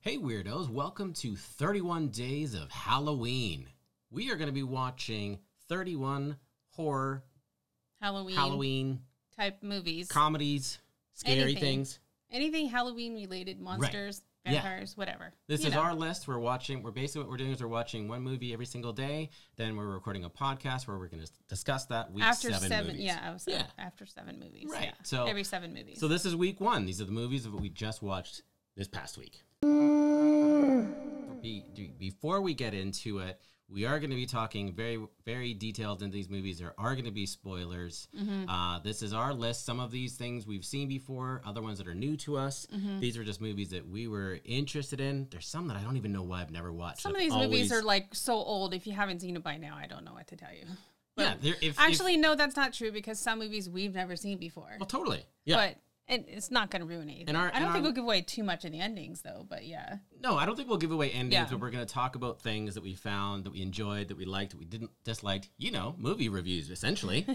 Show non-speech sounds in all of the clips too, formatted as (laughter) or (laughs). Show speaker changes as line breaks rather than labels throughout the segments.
Hey, weirdos, welcome to 31 Days of Halloween. We are going to be watching 31 horror,
Halloween,
Halloween,
type movies.
comedies, scary
Anything.
things.
Anything Halloween related, monsters,
Yeah.
vampires, whatever.
This
You
is
know.
our list. We're watching, we're basically what we're doing is we're watching one movie every single day. Then we're recording a podcast where we're going to discuss that week
after
seven,
seven,
movies.
yeah, I was
Yeah.
after seven movies.
Right.
Yeah.
So-
every seven movies.
So this is week one. These are the movies that we just watched this past week. Be- do- Before we get into it, we are going to be talking very, very detailed into these movies. There are going to be spoilers.
Mm-hmm.
Uh, this is our list. Some of these things we've seen before, other ones that are new to us.
Mm-hmm.
These are just movies that we were interested in. There's some that I don't even know why I've never watched.
Some of
I've
these moviys
always-
are like so old. If you haven't seen it by now, I don't know what to tell you.
yeah, they're- (laughs) if- if-
Actually, no, that's not true because some movies we've never seen before.
well, totally. Yeah.
But and it's not going to ruin anything.
our-
I
and
don't think
our-
we'll give away too much of the endings though. But yeah,
No, I don't think we'll give away endings,
Yeah.
but we're going to talk about things that we found, that we enjoyed, that we liked, that we didn't disliked. You know, movie reviews,
(laughs)
essentially.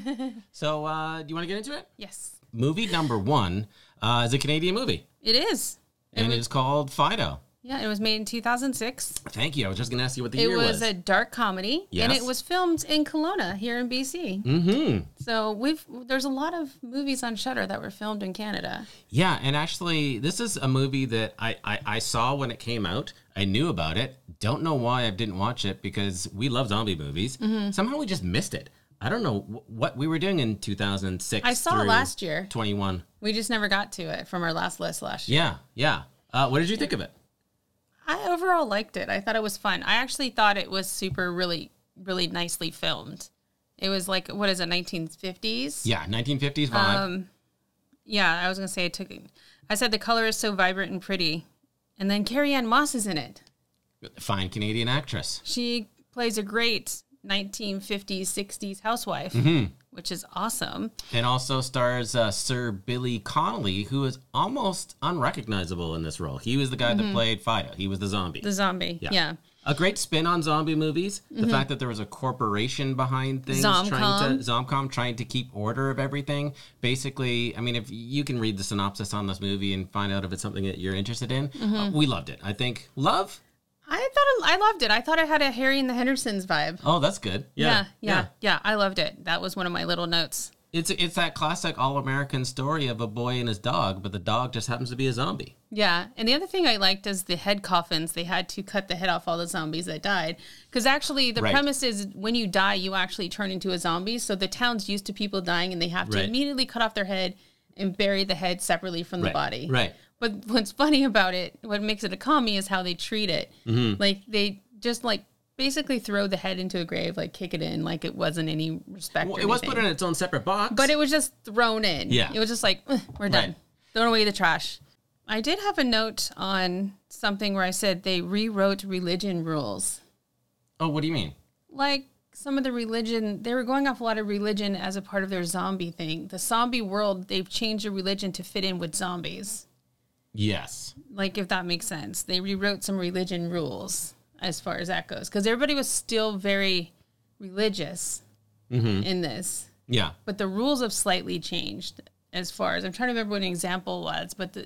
so, uh, do you want to get into it?
yes,
Movie number one uh, is a Canadian movie,
it is.
and it's called Fido.
Yeah, it was made in 2006.
Thank you. I was just going to ask you what the
It
year
was
was.
a dark comedy, and
Yes.
it was filmed in Kelowna here in BC.
mm-hmm.
So we've there's a lot of movies on Shutter that were filmed in Canada.
Yeah, and actually, this is a movie that I, I, I saw when it came out. I knew about it. Don't know why I didn't watch it because we love zombie movies.
Mm-hmm.
Somehow we just missed it. I don't know wh- what we were doing in 2006.
I saw it
through
last year.
21.
We just never got to it from our last list last year.
Yeah, yeah. Uh, what did you think of it?
I overall liked it. I thought it was fun. I actually thought it was super really really nicely filmed. It was like what is it 1950s?
Yeah, 1950s vibe.
Um, yeah, I was gonna say I took. I said the color is so vibrant and pretty, and then Carrie Ann Moss is in it.
Fine Canadian actress.
She plays a great 1950s 60s housewife,
Mm-hmm.
which is awesome.
And also stars uh, Sir Billy Connolly, who is almost unrecognizable in this role. He was the guy that played Fido. He was Mm-hmm. the zombie.
The zombie, yeah.
a great spin on zombie movies. The fact that there was a corporation behind things trying to Zomcom trying to keep order of everything. Basically, I mean, if you can read the synopsis on this movie and find out if it's something that you're interested in, uh, we loved it. I think love.
I thought it, I loved it. I thought it had a Harry and the Hendersons vibe.
Oh, that's good.
Yeah, yeah, yeah, I loved it. That was one of my little notes.
It's it's that classic all American story of a boy and his dog, but the dog just happens to be a zombie.
Yeah, and the other thing I liked is the head coffins. They had to cut the head off all the zombies that died because actually the
Right.
premise is when you die, you actually turn into a zombie. So the town's used to people dying, and they have to
Right.
immediately cut off their head and bury the head separately from the
Right,
body.
right.
But what's funny about it, what makes it a comedy, is how they treat it.
Mm-hmm.
Like they just like basically throw the head into a grave, like kick it in, like it wasn't any respect.
Well,
or
it was
anything.
put in its own separate box,
But it was just thrown in.
Yeah.
It was just like, "Ugh, we're done.
Right.
Thrown away the trash. I did have a note on something where I said they rewrote religion rules.
oh, what do you mean?
Like some of the religion, they were going off a lot of religion as a part of their zombie thing. The zombie world, they've changed the religion to fit in with zombies.
Yes,
Like, if that makes sense. They rewrote some religion rules as far as that goes. Because everybody was still very religious
Mm-hmm.
in this
yeah,
(laughs) but the rules have slightly changed as far as I'm trying to remember what an example was, but the,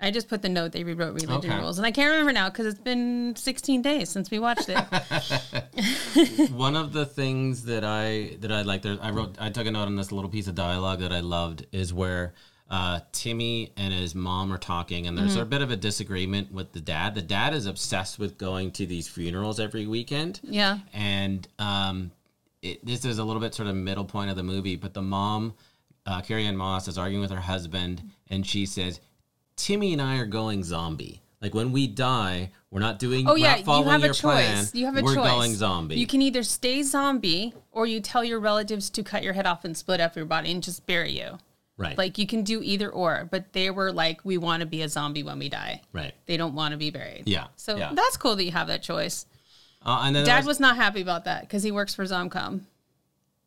I just put the note they rewrote religion
Okay.
rules, and I can't remember now because it's been 16 days since we
(laughs)
watched it.
one of the things that I that I like there I wrote I took a note on this little piece of dialogue that I loved is where uh, Timmy and his mom are talking and there's
Mm-hmm.
a bit of a disagreement with the dad. The dad is obsessed with going to these funerals every weekend.
yeah,
And um, it, this is a little bit sort of middle point of the movie, but the mom, uh, Carrie Ann Moss, is arguing with her husband, and she says, "Timmy and I are going zombie. Like when we die, we're not doing.
Oh
we're
yeah,
not
you
following
have a
your
choice.
plan.
You have a
we're
choice.
going zombie.
You can either stay zombie or you tell your relatives to cut your head off and split up your body and just bury you.
right,
Like you can do either or, but they were like, we want to be a zombie when we die.
right,
They don't want to be buried.
yeah.
So
yeah.
that's cool that you have that choice.
uh, and then there
Dad
was,
was not happy about that because he works for Zomcom.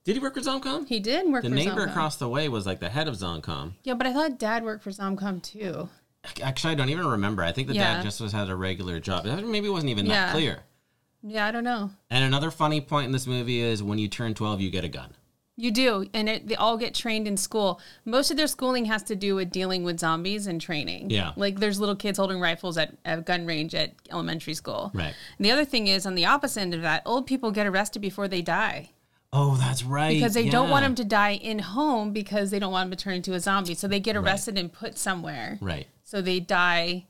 did he work for Zomcom?
He did work
The
for
neighbor
Zomcom.
across the way was like the head of Zomcom.
Yeah, but I thought dad worked for Zomcom too.
Actually, I don't even remember. I think the
Yeah.
dad just was had a regular job. Maybe it wasn't even that
Yeah.
clear.
Yeah, I don't know.
And another funny point in this movie is when you turn 12, you get a gun.
You do, and it, they all get trained in school. Most of their schooling has to do with dealing with zombies and training.
Yeah.
like there's little kids holding rifles at a gun range at elementary school.
Right.
And the other thing is, on the opposite end of that, old people get arrested before they die
Oh, that's right.
because they don't
yeah.
want them to die in home because they don't want them to turn into a zombie. So they get arrested and put somewhere.
Right.
So they die.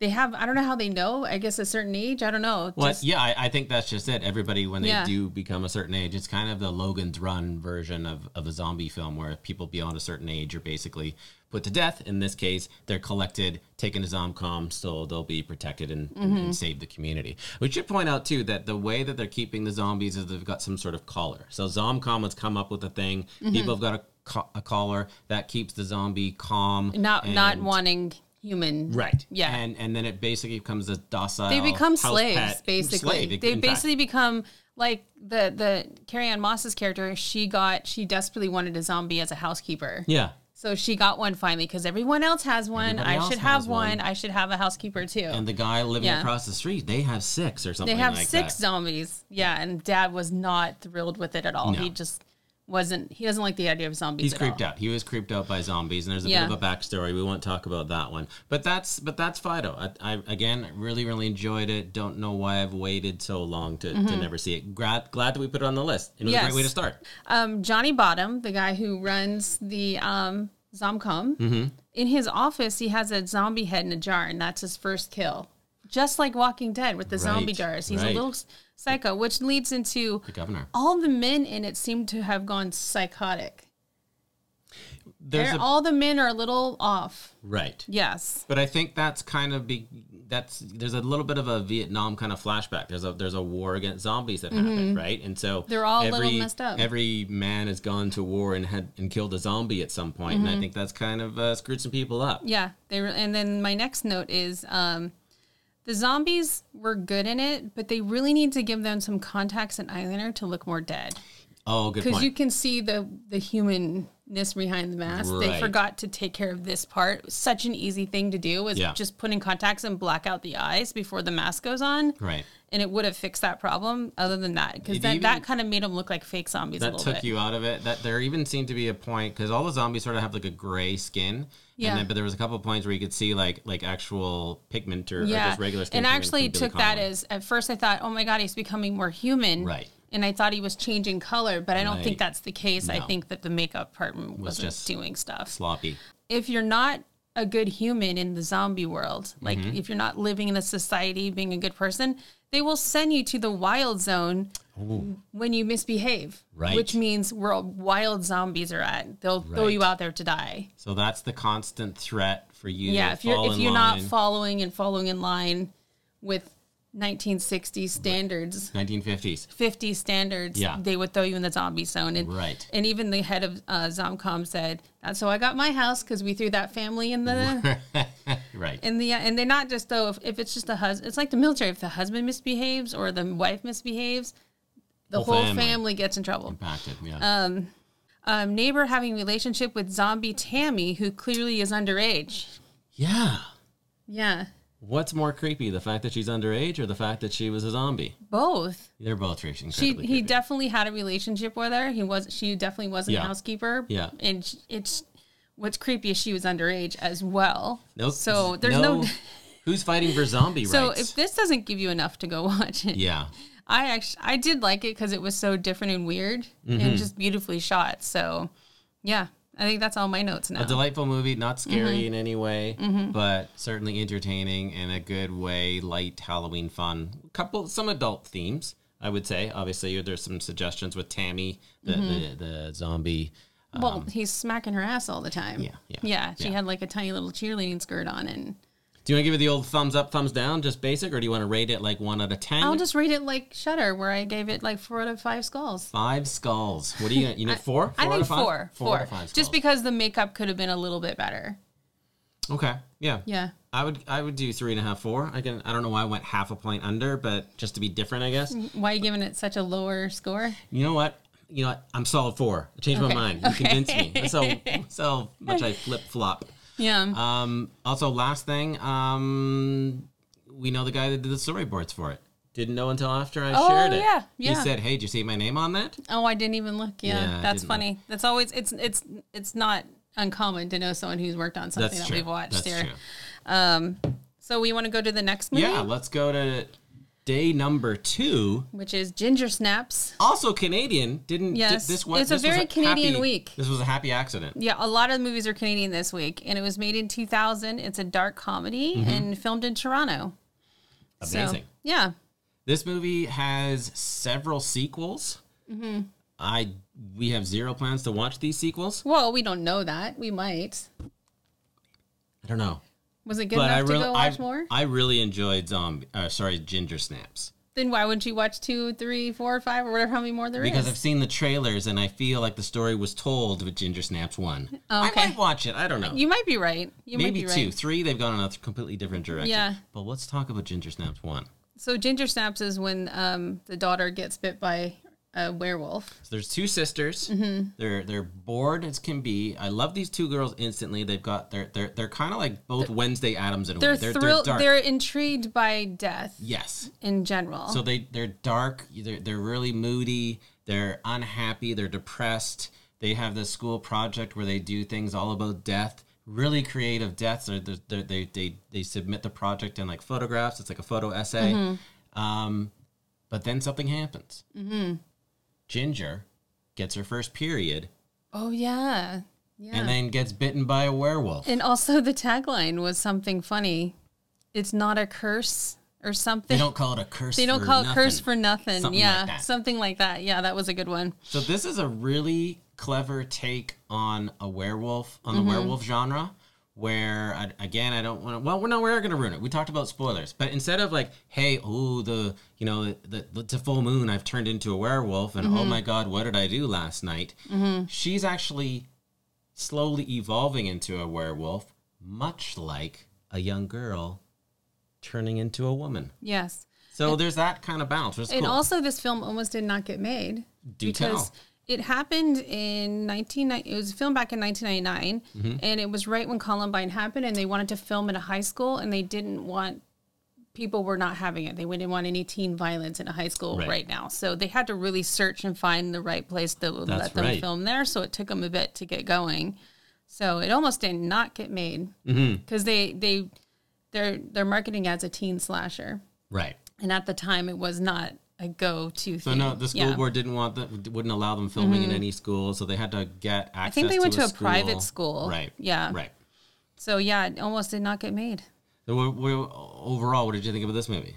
They have I don't know how they know. I guess a certain age. I don't know.
Well,
Just-
yeah, I, I think that's just it. Everybody, when they
Yeah.
do become a certain age, it's kind of the Logan's Run version of, of a zombie film where people beyond a certain age are basically put to death. In this case, they're collected, taken to Zomcom, so they'll be protected and, and,
Mm-hmm.
and save the community. We should point out, too, that the way that they're keeping the zombies is they've got some sort of collar. So Zomcom has come up with a thing.
Mm-hmm.
People have got a, co- a collar that keeps the zombie calm.
not not
and-
wanting human.
Right.
Yeah.
And and then it basically becomes a docile.
they become
house
slaves
pet-
basically
slave, in
they
fact.
basically become like the the carrie ann moss's character she got she desperately wanted a zombie as a housekeeper
Yeah.
so she got one finally because everyone else has one
Everybody
i
else
should have
has
one.
one.
i should have a housekeeper too
And the guy living
Yeah.
across the street, they have six or something.
they have
like
six
That.
zombies yeah and dad was not thrilled with it at all
No.
he just wasn't he doesn't like the idea of zombies
He's
at
creeped
all.
out. He was creeped out by zombies, and there's a
Yeah.
bit of a backstory. We won't talk about that one, but that's but that's Fido. I, I again really really enjoyed it. Don't know why I've waited so long to, to never see it. Glad glad that we put it on the list. It was a
Mm-hmm. Yes.
great way to start.
um, Johnny Bottom, the guy who runs the um, Zomcom,
Mm-hmm.
in his office, he has a zombie head in a jar, and that's his first kill. Just like Walking Dead with the zombie
Right,
jars. He's
right.
a little psycho, which leads into
The governor.
all the men in it seem to have gone psychotic.
There's
They're-
a
all the men are a little off.
right.
Yes.
But I think that's kind of be that's there's a little bit of a Vietnam kind of flashback. There's a there's a war against zombies that happened, right? And so
Mm-hmm. They're all a little messed up.
Every man has gone to war and had and killed a zombie at some point, and I think that's kind of uh, screwed some people up.
Mm-hmm. Yeah. They were, and then my next note is um, the zombies were good in it, but they really need to give them some contacts and eyeliner to look more dead.
Oh, good
because
point.
you can see the the humanness behind the mask. They
Right.
forgot to take care of this part. Such an easy thing to do was
Yeah.
just put in contacts and black out the eyes before the mask goes on,
right.
and it would have fixed that problem. Other than that, because
It
that,
even-
that kind of made them look like fake zombies a
That
little
took
bit.
you out of it. That there even seemed to be a point because all the zombies sort of have like a gray skin.
Yeah.
And then, but there was a couple of points where you could see like like actual pigment or, or
yeah,
just regular skin.
and I
pigment
actually
from Billy
took that
Connolly.
as at first I thought, oh my god, he's becoming more human,
Right.
And I thought he was changing color, but I don't
Right.
think that's the case. I
No.
think that the makeup part wasn't
just
doing stuff.
sloppy.
if you're not a good human in the zombie world, like
Mm-hmm.
if you're not living in a society, being a good person, they will send you to the wild zone when you misbehave.
Right.
Which means where wild zombies are at. They'll throw you
Right.
out there to die.
So that's the constant threat for you.
Yeah.
to
If you're
fall
if
in
you're not
line.
following and following in line with 1960 standards.
1950s.
50 standards,
Yeah.
they would throw you in the zombie zone. And,
Right.
And even the head of uh, Zomcom said, That's how I got my house because we threw that family in the
Right.
And the and they're not just though if, if it's just the husband it's like the military if the husband misbehaves or the wife misbehaves the
Whole
whole,
family.
family. gets in trouble
Impacted,
Uh,
yeah.
um, neighbor having relationship with zombie tammy who clearly is underage
yeah.
yeah
What's more creepy, the fact that she's underage or the fact that she was a zombie?
both
They're both incredibly
she
creepy.
he definitely had a relationship with her he was she definitely wasn't
Yeah.
a housekeeper
Yeah.
and sh it's what's creepy is she was underage as well
Nope.
so there's no,
(laughs) who's fighting for zombie
so
rights?
if this doesn't give you enough to go (laughs) watch it
yeah.
I actually I did like it because it was so different and weird
Mm-hmm.
and just beautifully shot. So, yeah, I think that's all my notes now.
A delightful movie, not
Mm-hmm.
scary in any way, but certainly entertaining and a good way, light Halloween fun. Couple some adult themes, I would say. Obviously, there's some suggestions with Tammy, the
Mm-hmm.
the, the zombie.
well, he's smacking her ass all the time.
um, Yeah, yeah,
she had like a tiny little cheerleading skirt on, and
Do you want to give it the old thumbs up, thumbs down, just basic, or do you want to rate it like one out of 10
I'll just rate it like Shutter, where I gave it like four out of five skulls.
Five skulls. What do you? You need four? four
(laughs) I
out
think
of
four,
five?
four,
out of five skulls.
just because the makeup could have been a little bit better.
Okay. Yeah.
Yeah,
I would. I would do three and a half, four. I can. I don't know why I went half a point under, but just to be different, I guess.
why are you giving it such a lower score?
You know what? You know what? I'm solid four. I changed my
Okay.
mind. You convinced me. That's
(laughs)
how, that's how much I flip flop.
Yeah,
Uh, Um. Also, last thing. Um. We know the guy that did the storyboards for it. Didn't know until after I
Oh,
shared it.
yeah, yeah.
He said, "Hey, did you see my name on that?"
Oh, I didn't even look. Yeah,
Yeah, I
that's
didn't
funny. That's always it's it's it's not uncommon to know someone who's worked on something
That's
that
true.
we've watched
That's
here.
true.
Um, so we want to go to the next movie,
Yeah, let's go to day number two.
which is Ginger Snaps.
Also Canadian. Didn't di-
Yes.
this was
It's a
this was
very Canadian
happy-
week.
This was a happy accident.
Yeah, a lot of movies are Canadian this week, and it was made in 2000. It's a dark comedy and filmed in Toronto. So,
Mm-hmm. Amazing.
yeah,
This movie has several sequels.
Mm-hmm.
I we have zero plans to watch these sequels.
Well, we don't know that. We might.
I don't know,
Was it good
but
enough
I really
to go watch
I,
more?
I really enjoyed zombie. Uh, sorry, Ginger Snaps
then why wouldn't you watch two, three, four, five, or whatever how many more there is?
because I've seen the trailers and I feel like the story was told with Ginger Snaps one. I
Oh, Okay.
might watch it. I don't know.
(laughs) you might be right. You
Maybe
might be
two,
right.
three. They've gone in a th- completely different direction.
Yeah.
But let's talk about Ginger Snaps one.
So ginger snaps is when um, the daughter gets bit by a werewolf.
So there's two sisters.
Mm-hmm.
They're they're bored as can be. I love these two girls instantly. They've got they're they're they're kind of like both Wednesday Adams in a
They're
way. They're,
thrilled.
they're
They're,
dark.
intrigued by death
yes.
in general.
So they they're dark. They're they're really moody. They're unhappy. They're depressed. They have this school project where they do things all about death. Really creative deaths. They're, they're, they're, they they they submit the project in like photographs. It's like a photo essay.
Mm-hmm.
Um, but then something happens. Ginger gets her first period
oh yeah, yeah.
and then gets bitten by a werewolf.
and also the tagline was something funny. It's not a curse or something.
they don't call it a curse.
(laughs) They don't
for
call it
nothing.
curse for nothing.
Something like
yeah,
that.
something like that. Yeah, that was a good one.
So this is a really clever take on a werewolf on the
Mm-hmm.
werewolf genre. Where I, again, I don't want to. Well, we're no, we're gonna ruin it. We talked about spoilers, but instead of like, hey, oh, the you know, the, the, the full moon, I've turned into a werewolf, and
Mm-hmm.
oh my god, what did I do last night? She's actually slowly evolving into a werewolf, much like a young girl turning into a woman.
Yes.
So there's that kind of balance, which is
And
cool.
also, this film almost did not get made
Do
because
tell.
it happened in 19. It was filmed back in 1999,
Mm-hmm.
and it was right when Columbine happened, and they wanted to film in a high school, and they didn't want people were not having it. They wouldn't want any teen violence in a high school
Right.
right, now, so they had to really search and find the right place to let them
right.
film there. So it took them a bit to get going. So it almost did not get made
Mm-hmm.
because they they they're they're marketing as a teen slasher
right.
and at the time it was not a go-to
So
thing.
no, the school
Yeah. Mm-hmm.
board didn't want that, wouldn't allow them filming in any school, so they had to get access.
I think they went to a, private school.
Right.
Yeah.
Right.
So yeah, it almost did not get made.
So what- what- overall, what did you think about this movie?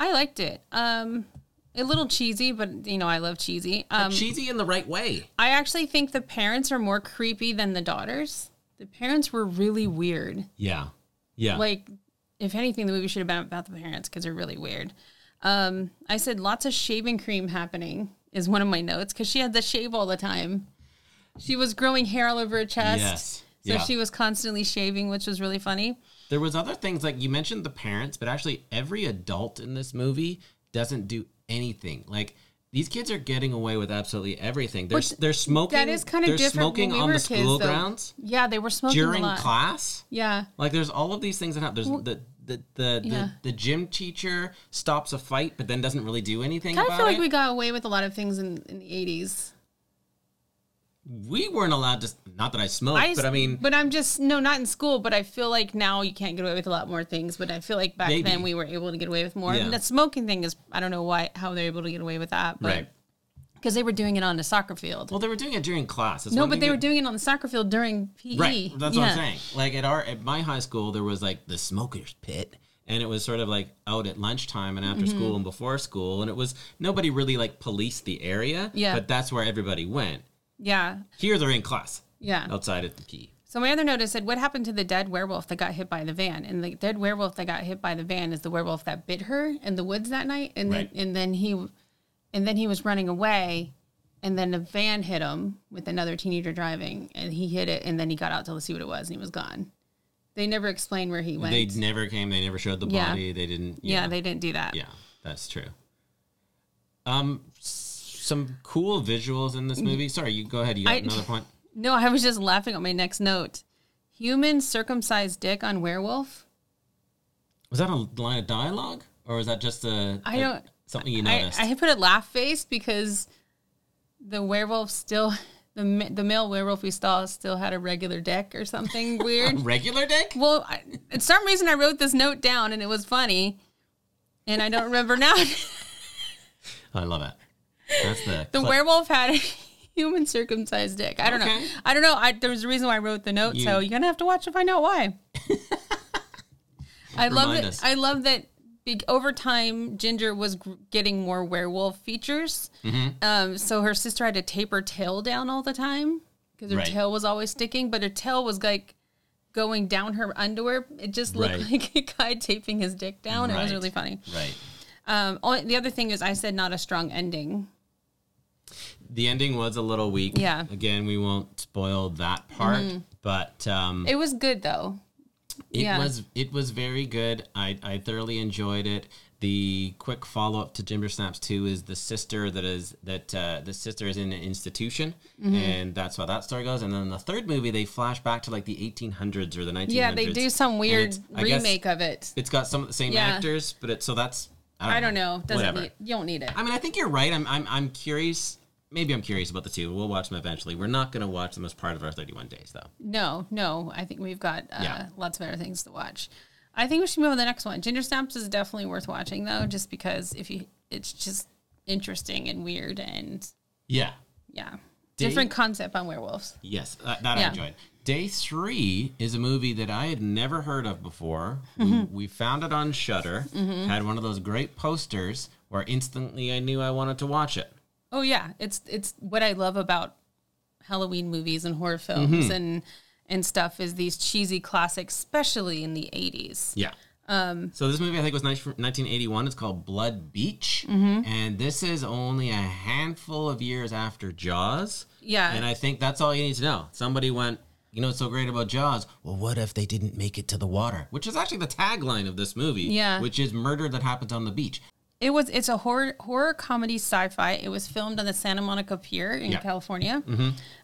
I liked it. Um, a little cheesy, but you know I love cheesy. Um,
Cheesy in the right way.
I actually think the parents are more creepy than the daughters. The parents were really weird.
Yeah. Yeah.
Like, if anything, the movie should have been about the parents because they're really weird. Um, I said lots of shaving cream happening is one of my notes because she had to shave all the time. She was growing hair all over her chest.
yes.
So
yeah.
she was constantly shaving, which was really funny.
there was other things like you mentioned the parents, but actually every adult in this movie doesn't do anything. Like these kids are getting away with absolutely everything. They're
Which-
they're smoking.
That is kind of
they're
different. when
smoking
we
on
were
the
kids,
school
though.
grounds
Yeah, they were smoking
during
a lot.
class.
Yeah,
Like there's all of these things that happen. There's the the the,
Yeah.
the the gym teacher stops a fight, but then doesn't really do anything
kind of
about
feel like
it.
we got away with a lot of things in, in the eighties.
we weren't allowed to. Not that I smoked, but I mean,
but I'm just no, not in school. But I feel like now you can't get away with a lot more things. But I feel like back
Maybe.
then we were able to get away with more.
Yeah.
And the smoking thing is, I don't know why how they're able to get away with that, but
right.
because they were doing it on the soccer field.
Well, they were doing it during class. It's
no,
one
but
thing
they
that-
were doing it on the soccer field during PE.
Right. That's what
Yeah.
I'm saying. Like at our at my high school, there was like the smokers pit, and it was sort of like out at lunchtime and after
Mm-hmm.
school and before school, and it was nobody really like policed the area.
Yeah.
But that's where everybody went.
Yeah,
Here they're in class.
yeah.
Outside at the key.
So my other note is said, "What happened to the dead werewolf that got hit by the van?" And the dead werewolf that got hit by the van is the werewolf that bit her in the woods that night, and
Right.
then, and then he, and then he was running away, and then the van hit him with another teenager driving, and he hit it, and then he got out to see what it was, and he was gone. They never explained where he went.
They never came. They never showed the
Yeah.
body. They didn't.
yeah, they didn't do that.
Yeah, that's true. Um, s- some cool visuals in this movie. Sorry, you go ahead. You got
Mm-hmm. I-
another point.
No, I was just laughing at my next note. Human circumcised dick on werewolf.
Was that a line of dialogue? or was that just a
I
a-
don't.
something you
I,
noticed?
I put a laugh face because the werewolf still the ma- the male werewolf we saw still had a regular deck or something weird.
(laughs) Regular dick?
well, I, for some reason I wrote this note down and it was funny, and I don't remember now. (laughs)
Oh, I love it. That's the,
(laughs) the
cl-
werewolf had a human circumcised dick. I don't know.
Okay.
I don't know. I, there was a reason why I wrote the note, so
You-
you're gonna have to watch to find out
(laughs)
why. I love
Remind
that.
us.
I love that. be- Over time, Ginger was gr- getting more werewolf features.
Mm-hmm.
Um, so her sister had to tape her tail down all the time because her
Right.
tail was always sticking, but her tail was like going down her underwear. It just looked
Right.
like a guy taping his dick down. It was
Right.
really funny.
right.
Um, only, the other thing is, I said not a strong ending.
The ending was a little weak.
Yeah. Mm-hmm.
Again, we won't spoil that part, but um,
It was good though.
It
Yeah.
was it was very good. I, I thoroughly enjoyed it. The quick follow up to Ginger Snaps Two is the sister that is that uh, the sister is in an institution,
Mm-hmm.
and that's how that story goes. And then the third movie, they flash back to like the 1800s or the 1900s.
Yeah, they do some weird
it's- I guess-
remake of it.
It's got some of the same
Yeah.
actors, but it so that's I don't,
I don't know. Doesn't
Whatever.
need, you don't need it.
I mean, I think you're right. I'm I'm I'm curious. Maybe I'm curious about the two. We'll watch them eventually. We're not going to watch them as part of our 31 days, though.
No, no. I think we've got uh,
Yeah.
lots of other things to watch. I think we should move on to the next one. Ginger Snaps is definitely worth watching though, just because if you, it's just interesting and weird and
Yeah.
yeah, different concept on werewolves.
Yes, that, that
Yeah.
I enjoyed. Day three is a movie that I had never heard of before. We,
Mm-hmm.
we found it on Shutter. Had one of those great posters where instantly I knew I wanted to watch it.
Oh yeah, it's it's what I love about Halloween movies and horror films
Mm-hmm.
and and stuff is these cheesy classics, especially in the eighties.
Yeah. Um, so this movie I think was 19, 1981. It's called Blood Beach,
Mm-hmm.
and this is only a handful of years after Jaws.
Yeah.
and I think that's all you need to know. Somebody went, you know, what's so great about Jaws? Well, what if they didn't make it to the water? Which is actually the tagline of this movie.
Yeah.
which is murder that happens on the beach.
It was it's a horror horror comedy sci-fi. It was filmed on the Santa Monica Pier in
Yeah. Mm-hmm.
California.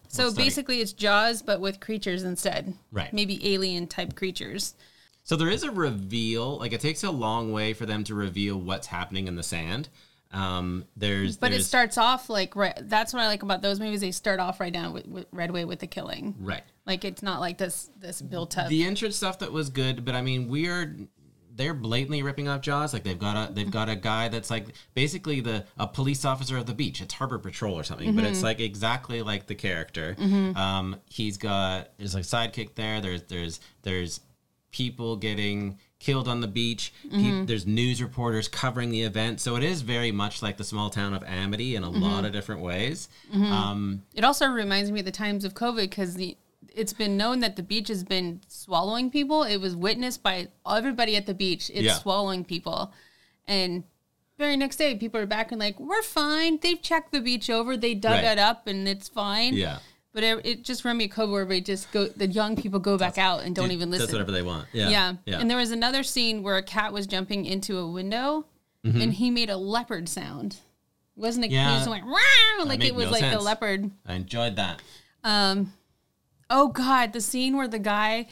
So
stunning.
basically, it's Jaws but with creatures instead.
Right.
Maybe alien type creatures.
So there is a reveal. Like it takes a long way for them to reveal what's happening in the sand. Um, there's
But it
there's,
starts off like right. That's what I like about those movies. They start off right down with, with right away with the killing.
right.
Like it's not like this this built up.
The entrance stuff that was good, but I mean we are they're blatantly ripping off Jaws. Like they've got a they've got a guy that's like basically the a police officer of the beach. It's harbor patrol or something, but
Mm-hmm.
it's like exactly like the character. Um, he's got there's a sidekick there. There's there's there's people getting killed on the beach. Pe-
Mm-hmm.
there's news reporters covering the event, so it is very much like the small town of Amity in
Mm-hmm.
a lot of different ways. Um,
It also reminds me of the times of COVID because the it's been known that the beach has been swallowing people. It was witnessed by everybody at the beach. It's
Yeah.
swallowing people, and very next day people are back and like we're fine. They've checked the beach over. They dug
Right.
it up and it's fine.
yeah.
But it, it just reminded me of COVID where everybody just go the young people go back out and don't even listen.
That's whatever they want. Yeah.
Yeah. And there was another scene where a cat was jumping into a window and he made a leopard sound. Wasn't it? He
Mm-hmm. Yeah.
just went, "Wow," like
made
it was
no
like the
sense.
leopard.
I enjoyed that.
Um, oh God, the scene where the guy,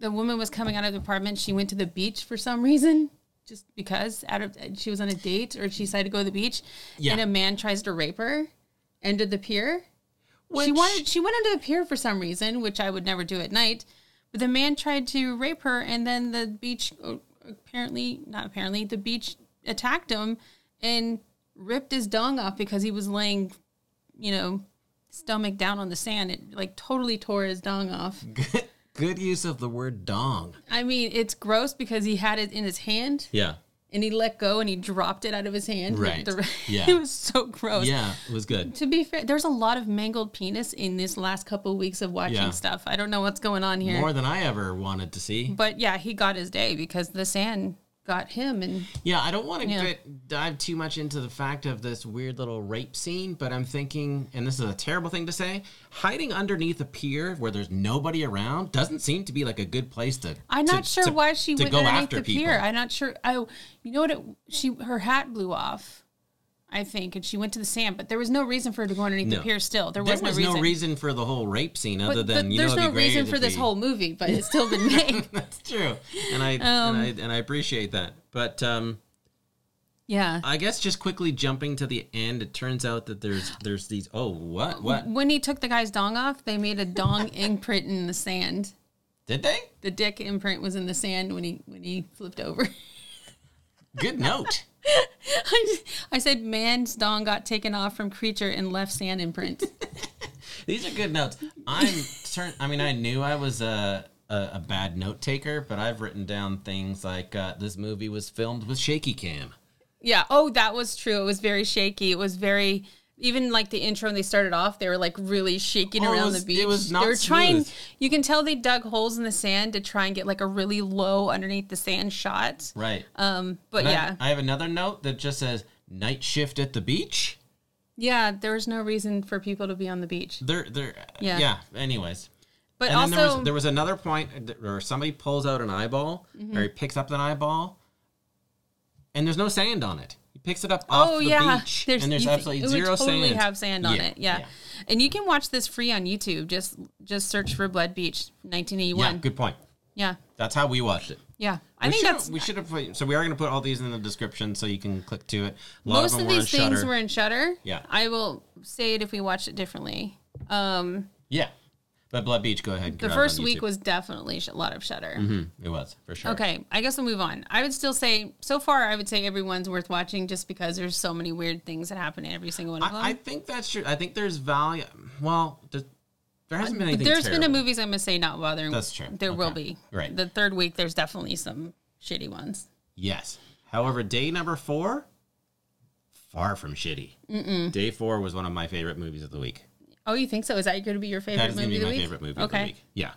the woman was coming out of the apartment. She went to the beach for some reason, just because out of she was on a date or she decided to go to the beach,
Yeah.
and a man tries to rape her, under the pier. She
Which-
wanted she went under the pier for some reason, which I would never do at night. But the man tried to rape her, and then the beach uh, apparently not apparently the beach attacked him and ripped his dong off because he was laying, you know, stomach down on the sand. It like totally tore his dong off. (laughs)
Good use of the word dong.
I mean, it's gross because he had it in his hand
Yeah.
and he let go and he dropped it out of his hand.
Right.
(laughs) The-
Yeah.
it was so gross.
Yeah, it was good.
To be fair, there's a lot of mangled penis in this last couple of weeks of watching
Yeah.
stuff. I don't know what's going on here.
More than I ever wanted to see.
but yeah, he got his day because the sand got him and
Yeah, I don't want to get, dive too much into the fact of this weird little rape scene, but I'm thinking, and this is a terrible thing to say, hiding underneath a pier where there's nobody around doesn't seem to be like a good place to.
I'm not
to-
sure
to-
why she
to
went
go
underneath
after
the
people.
pier. I'm not sure. Oh, you know what? It, she her hat blew off, I think, and she went to the sand. But there was no reason for her to go underneath the
No.
pier. Still, there,
There
was, no reason.
for the whole rape scene
But-
other
but
than you know
there's
it'd
no
be great
reason
if
for this
we- (laughs)
whole movie, but it's still been made.
That's true, and I and I and I appreciate that. But um,
Yeah.
I guess just quickly jumping to the end, it turns out that there's there's these oh what what
When he took the guy's dong off, they made a dong imprint in the sand.
did they?
The dick imprint was in the sand when he when he flipped over. (laughs)
Good note. (laughs)
I, just- I said man's dong got taken off from creature and left sand imprint.
These are good notes. I'm turn. I mean, I knew I was a a, a bad note taker, but I've written down things like uh, this movie was filmed with shaky cam.
(laughs) yeah. Oh, that was true. It was very shaky. It was very even like the intro when they started off, they were like really shaking
Oh, it
around
was-
the beach.
it was not
they were trying
smooth.
you can tell they dug holes in the sand to try and get like a really low underneath the sand shot.
Right.
Um but
And I-
yeah.
I have another note that just says night shift at the beach.
yeah, there was no reason for people to be on the beach.
There, there. Yeah.
Yeah.
yeah anyways,
But
and then there
also
was there was another point where somebody pulls out an eyeball
Mm-hmm.
or he picks up an eyeball, and there's no sand on it. He picks it up off
Oh
the
yeah,
beach, and there's
you-
absolutely
it
zero
would totally
sand.
have sand on
Yeah,
it. Yeah.
yeah.
and you can watch this free on YouTube. Just just search for Blood Beach, nineteen eighty
yeah,
one.
good point.
Yeah,
That's how we watched it.
yeah. I
we
think
should
that's
have, we should have put, so we are going to put all these in the description so you can click to it. A lot
most of,
them
these
were on
things
Shudder.
were in Shutter.
Yeah.
I will say it if we watched it differently. Um,
yeah. But Blood Beach, go ahead.
the first week was definitely a lot of Shutter.
it was for sure.
Okay, I guess we'll move on. I would still say so far, I would say everyone's worth watching just because there's so many weird things that happen in every single one of them.
I, I think that's true. I think there's value. Well, th- there hasn't been anything.
There's been
terrible.
a movies I'm gonna say not bothering.
That's true.
There will
Okay.
be.
Right.
The third week, there's definitely some shitty ones.
Yes. However, day number four, far from shitty. Mm-mm. Day four was one of my favorite movies of the week.
Oh, you think so? Is that gonna be your favorite
That is
movie
going to be
of the
my
week?
favorite movie
okay.
of the week. Yeah.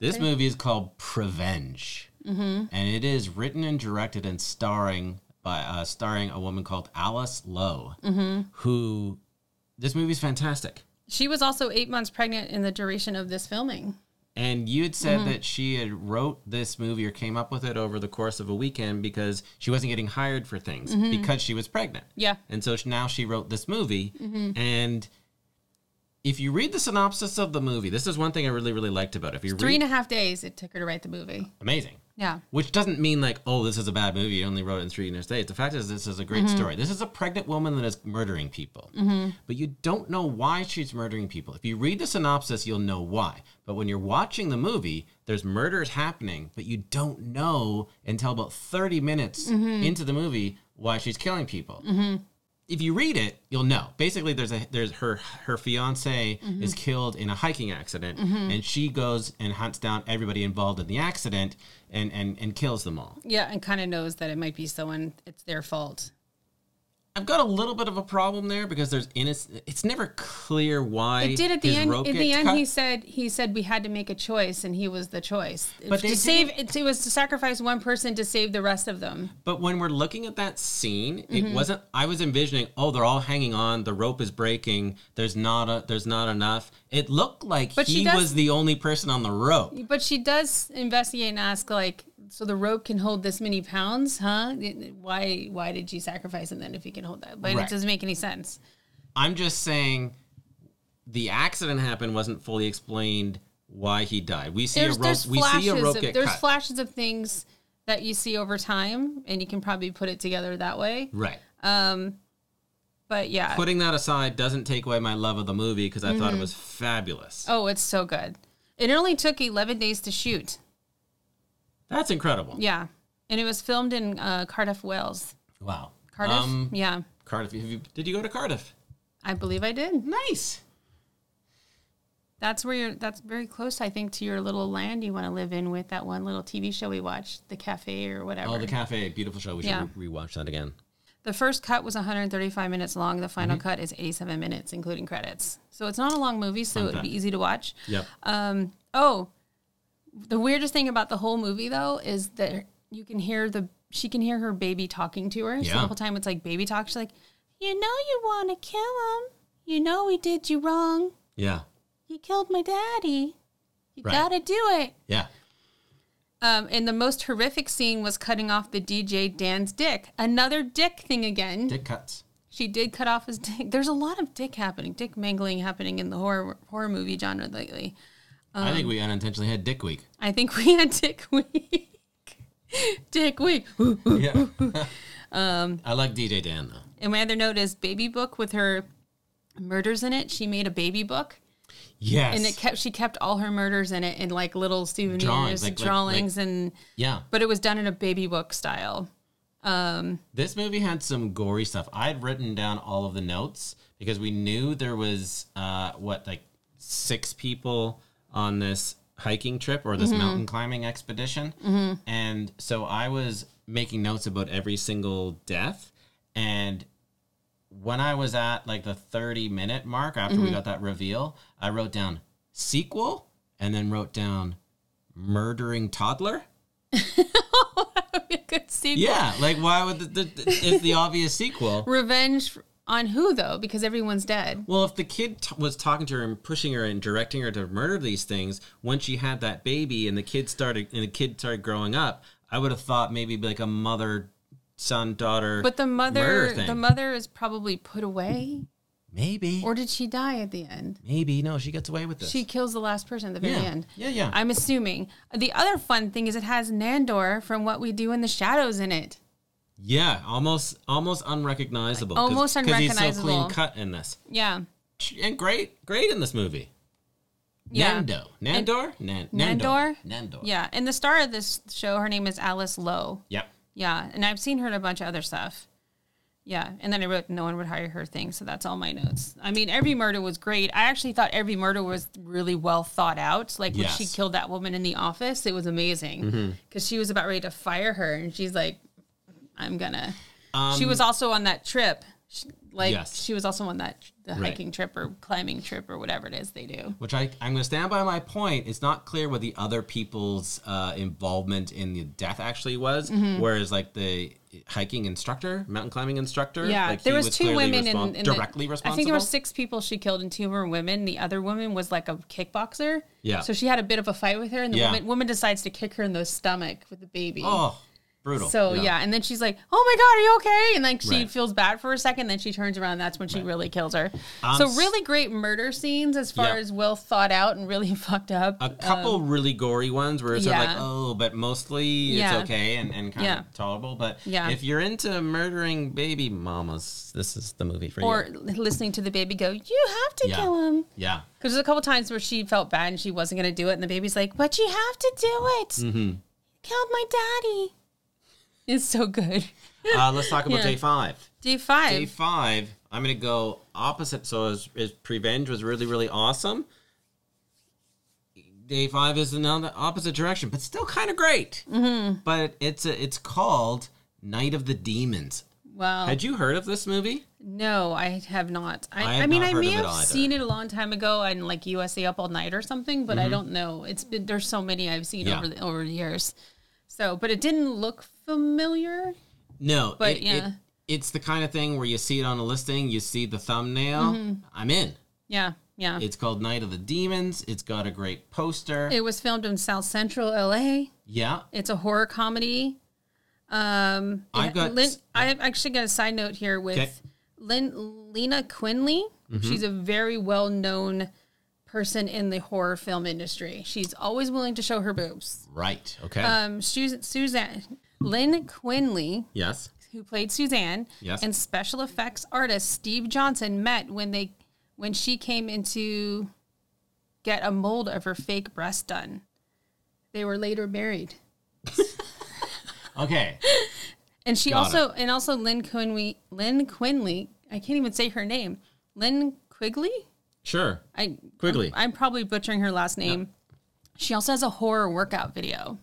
This movie is called Prevenge. Mm-hmm. And it is written and directed and starring by uh, starring a woman called Alice Lowe,
Mm-hmm.
who this movie is fantastic.
She was also eight months pregnant in the duration of this filming.
And you had said
Mm-hmm.
that she had wrote this movie or came up with it over the course of a weekend because she wasn't getting hired for things
Mm-hmm.
because she was pregnant.
Yeah.
And so she- now she wrote this movie.
Mm-hmm.
And if you read the synopsis of the movie, this is one thing I really, really liked about it. If you
Three
read,
and a half days it took her to write the movie.
amazing.
Yeah.
Which doesn't mean like, oh, this is a bad movie. You only wrote it in three and a half days. The fact is, this is a great
Mm-hmm.
story. This is a pregnant woman that is murdering people, but you don't know why she's murdering people. If you read the synopsis, you'll know why. But when you're watching the movie, there's murders happening, but you don't know until about 30 minutes
Mm-hmm.
into the movie why she's killing people if you read it, you'll know. Basically, there's a there's her her fiance
Mm-hmm.
is killed in a hiking accident, and she goes and hunts down everybody involved in the accident and and and kills them all.
Yeah, and kind of knows that it might be someone. It's their fault.
I've got a little bit of a problem there because there's innocent. It's never clear why
It did at the
his
end.
rope
At the
gets
end,
cut.
he said he said we had to make a choice, and he was the choice. It
But
was
they
to save, it, it was to sacrifice one person to save the rest of them.
But when we're looking at that scene,
Mm-hmm.
it wasn't. I was envisioning, oh, they're all hanging on. The rope is breaking. There's not a. There's not enough. It looked like
But she
he
does-
was the only person on the rope.
But she does investigate and ask, like, so the rope can hold this many pounds, huh? Why why did you sacrifice him then if you can hold that? But
Right.
it doesn't make any sense.
I'm just saying the accident happened wasn't fully explained why he died. We see
There's,
a rope
there's
we see
flashes
a rope
of,
get
there's
cut.
flashes of things that you see over time, and you can probably put it together that way.
right.
uh, But yeah,
Putting that aside doesn't take away my love of the movie because I thought it was fabulous.
Mm-hmm. oh, it's so good. It only took 11 days to shoot.
That's incredible.
Yeah, and it was filmed in uh, Cardiff, Wales.
Wow.
Cardiff,
Um,
yeah,
Cardiff. Have you, did you go to Cardiff?
I believe I did.
Nice.
That's where you're. That's very close, I think, to your little land you want to live in with that one little TV show we watched, The Cafe or whatever.
Oh, the
the,
cafe. Beautiful show. We should
Yeah. Uh,
re- rewatch that again.
first cut was 135 minutes long. The final
Mm-hmm.
cut is 87 minutes, including credits. So it's not a long movie, so it'd
fact.
be easy to watch.
Yep.
Um. Oh, the weirdest thing about the whole movie though is that you can hear the she can hear her baby talking to her. So
Yeah.
the whole time it's like baby talk. She's like, "You know, you want to kill him. You know, he did you wrong.
yeah.
You killed my daddy. You
Right.
gotta do it."
Yeah.
Um, and the most horrific scene was cutting off the DJ Dan's dick. Another dick thing again.
Dick cuts.
She did cut off his dick. There's a lot of dick happening, dick mangling happening in the horror horror movie genre lately.
I
um,
think we unintentionally had Dick
(laughs)
Week.
I think we had dick week. dick week.
Yeah. (laughs)
Um,
I like DJ Dan though.
And my other note is baby book with her murders in it. She made a baby book.
Yes.
And it kept she kept all her murders in it in like little souvenirs,
Drawings, like- like-
drawings and
yeah.
but it was done in a baby book style. (laughs)
This movie had some gory stuff. I had written down all of the notes because we knew there was uh, what like six people on this hiking trip or this mountain climbing expedition, and so I was making notes about every single death. And when I was at like the thirty minute mark after we got that reveal, I wrote down sequel and then wrote down murdering toddler.
Good sequel.
Yeah, like why would the, the, it's the obvious sequel?
Revenge on who though? Because everyone's dead.
Well, if the kid t- was talking to her and pushing her and directing her to murder these things, when she had that baby and the kid started and the kid started growing up, I would have thought maybe be like a mother, son, daughter.
But the
murder
mother
thing.
the mother is probably put away.
maybe
Or did she die at the end?
maybe no, she gets away with this.
She kills the last person at the very
yeah.
end.
yeah, yeah,
I'm assuming. The other fun thing is it has Nandor from What We Do in the Shadows in it.
yeah, almost almost unrecognizable. 'cause-
Almost
'cause He's so
unrecognizable.
clean cut in this,
Yeah.
and great, great in this movie.
Yeah.
Nando, Nandor, Nan-
Nandor?
Nandor.
Yeah. And the star of this show, her name is Alice Lowe.
Yep.
Yeah. And I've seen her in a bunch of other stuff. Yeah. And then I wrote no one would hire her thing. So that's all my notes. I mean, every murder was great. I actually thought every murder was really well thought out. Like when she
Yes. Mm-hmm.
killed that woman in the office, it was amazing because she was about ready to fire her. And she's like, I'm going to. she was also on that trip. She, like
Um, Yes.
she was also on that the
Right.
hiking trip or climbing trip or whatever it is they do.
which I, I'm going to stand by my point. It's not clear what the other people's uh, involvement in the death actually was,
Mm-hmm.
whereas like the hiking instructor, mountain climbing instructor,
Yeah,
like, he
there was, two
clearly
women
respon-
in, in the-
directly responsible.
I think there were six people she killed, and two were women. The other woman was like a kickboxer.
Yeah.
So she had a bit of a fight with her, and the
Yeah.
woman, woman decides to kick her in the stomach with the baby.
Oh, brutal.
so yeah. and then she's like, "Oh my god, are you okay?" And like she
Right.
feels bad for a second, then she turns around. And that's when she really kills her.
Um,
so
s-
really great murder scenes, as far
Yeah.
as well thought out and really (laughs) fucked up. uh,
A couple really gory ones where it's sort of like,
um, yeah.
oh, but mostly
Yeah.
it's okay and, and kind
Yeah.
of tolerable. But
Yeah.
if you're into murdering baby mamas, this is the movie for
or
you.
listening to the baby go, "You have to
Yeah.
kill him."
Yeah.
Because there's a couple times where she felt bad and she wasn't going to do it, and the baby's like, "But you have to do it.
Mm-hmm.
Killed my daddy." (laughs) It's so good.
Uh, let's talk
(laughs)
about day five.
Day
day
five.
five, I'm gonna go opposite. So his, his revenge was really, really awesome. Day five is in the opposite direction, but still kind of great. Mm-hmm. But it's a, it's called Night of the Demons.
Wow.
Had you heard of this movie?
no, I have not.
I
I, I,
have
mean,
not
I
heard
may
of it
have
either.
seen it a long time ago on like USA Up All Night or something, but I don't know. It's been there's so many I've seen
Mm-hmm. Yeah.
over the, over the years. So, but it didn't look familiar.
No,
But,
it-
yeah.
it- it's the kind of thing where you see it on a listing, you see the thumbnail. I'm in.
Yeah, yeah. It,
It's called Night of the Demons. It's got a great poster.
was filmed in South Central LA.
yeah,
It's a horror comedy. Um,
I've
it-
got-
Lin, I've actually got a side note here with
Okay. Mm-hmm.
Lin, Lena Quinley. She's a very well known person in the horror film industry. She's always willing to show her boobs.
right. Okay.
Um, Sus- Suzanne Lynn Quinley,
yes.
who played Suzanne,
Yes.
and special effects artist Steve Johnson met when they when she came in to get a mold of her fake breast done. They were later married.
Okay.
And she
Got
also and also Lynn Quinley Lynn Quinley. I can't even say her name. Lynn Quigley.
sure.
I
Quigley.
I'm probably butchering her last name. She also has a horror workout video.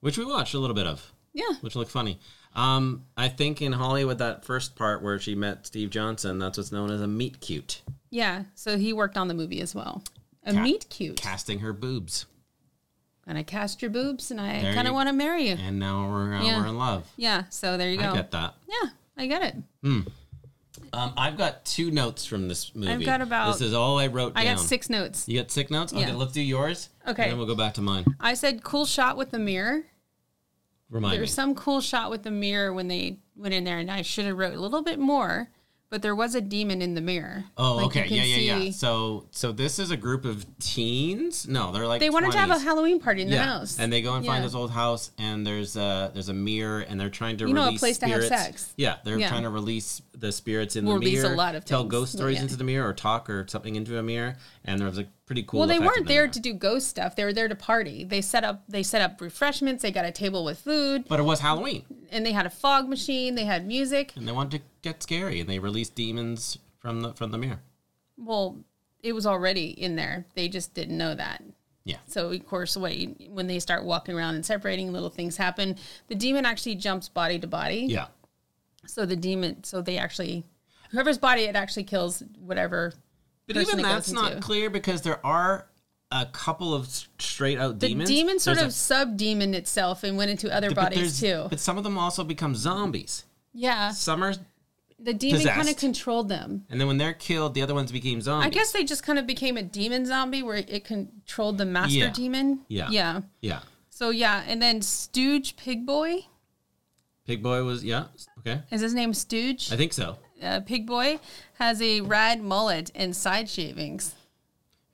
Which we watched a little bit of.
Yeah.
which looked funny. Um, I think in Hollywood, that first part where she met Steve Johnson, that's what's known as a meet cute,
Yeah. So he worked on the movie as well. A
Ca-
meat cute.
casting her boobs,
And I cast your boobs and I
There
kind of
you-
want to marry you.
and now we're uh,
Yeah.
we're in love.
Yeah. So there you go.
I get that.
yeah. I get it.
Um, I've got two notes from this movie.
got about-
this is all I wrote
I
down.
got six notes.
You got sick notes. Okay,
Yeah.
let's do yours.
Okay.
and then we'll go back to mine.
I said cool shot with the mirror.
Remind
There
me.
was some cool shot with the mirror when they went in there, and I should have wrote a little bit more. but there was a demon in the mirror.
Oh,
Like, you
okay.
can
Yeah, yeah, yeah.
see-
So, so this is a group of teens. No, they're like
They wanted to have a
20s.
Halloween party in the
yeah.
house.
and they go and find
Yeah.
this old house, and there's a there's a mirror, and they're trying to
You know, a
release
place to have
spirits.
sex.
Yeah, they're
Yeah.
trying to release the spirits in the
Release a
mirror.
lot of
tell
things.
ghost stories
Yeah.
into the mirror, or talk or something into a mirror, and there was a pretty cool.
well, they
effect in
weren't
the
there
mirror.
to do ghost stuff. They were there to party. They set up they set up refreshments. They got a table with food,
but it was Halloween,
and they had a fog machine. They had music.
and they wanted to get scary, and they released demons from the from the mirror.
Well, it was already in there. They just didn't know that.
Yeah.
So of course, when when they start walking around and separating, little things happen. The demon actually jumps body to body.
Yeah.
So the demon, so they actually, whoever's body it actually kills whatever.
But
person
even
it goes
that's not
into.
clear because there are a couple of s- straight out
The
demons.
demon sort
There's
of sub demoned itself and went into other
a- but
bodies
there's-
too.
But some of them also become zombies.
Yeah,
Some are,
the demon kind of
possessed.
controlled them.
and then when they're killed, the other ones became zombies.
I guess they just kind of became a demon zombie where it controlled the master
Yeah.
demon.
Yeah.
yeah.
Yeah.
So yeah, and then Stooge Pig Boy
Pig Boy was yeah okay.
is his name. Stooge.
I think so.
uh, Pig Boy has a rad mullet and side shavings.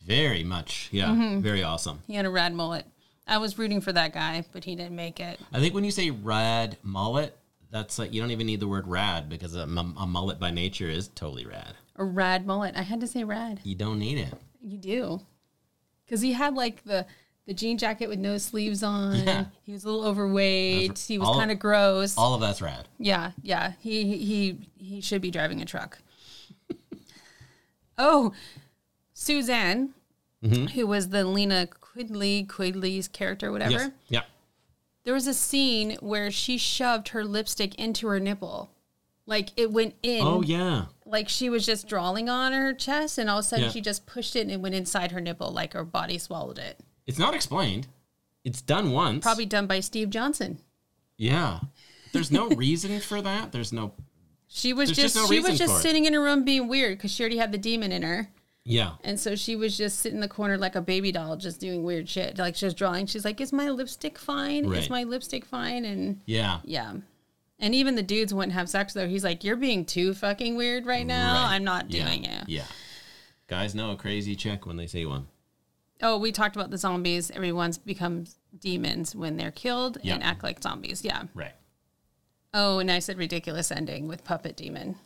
Very much. Yeah.
Mm-hmm.
Very awesome.
He had a rad mullet. I was rooting for that guy, but he didn't make it.
I think when you say rad mullet, that's like you don't even need the word rad because a, mu- a mullet by nature is totally rad.
A rad mullet. I had to say rad.
You don't need it.
You do, because he had like the the jean jacket with no sleeves on.
Yeah.
He was a little overweight.
That's-
he was
all-
kind of gross.
All of that's rad.
yeah, yeah. He he he should be driving a truck. (laughs) oh, Suzanne,
Mm-hmm.
who was the Lena Quidley Quidley's character, whatever.
Yes. Yeah.
there was a scene where she shoved her lipstick into her nipple. Like it went in.
Oh yeah.
Like she was just drawing on her chest and all of a sudden
Yeah.
she just pushed it and it went inside her nipple like her body swallowed it.
It's not explained. It's done once.
Probably done by Steve Johnson. (laughs)
Yeah. There's no reason for that. There's no.
She was
There's just
just,
no
she was
reason
just
for it.
sitting in her room being weird cuz she already had the demon in her.
Yeah.
And so she was just sitting in the corner like a baby doll just doing weird shit. Like she was drawing. She's like, "Is my lipstick fine? Is
Right.
my lipstick fine?" and
Yeah.
Yeah. And even the dudes wouldn't have sex though. He's like, You're being too fucking weird right now.
Right.
I'm not
yeah.
doing it.
Yeah. Guys know a crazy chick when they see one.
Oh, we talked about the zombies. Everyone's becomes demons when they're killed
Yeah.
and act like zombies. Yeah.
Right.
Oh, and I said ridiculous ending with puppet demon.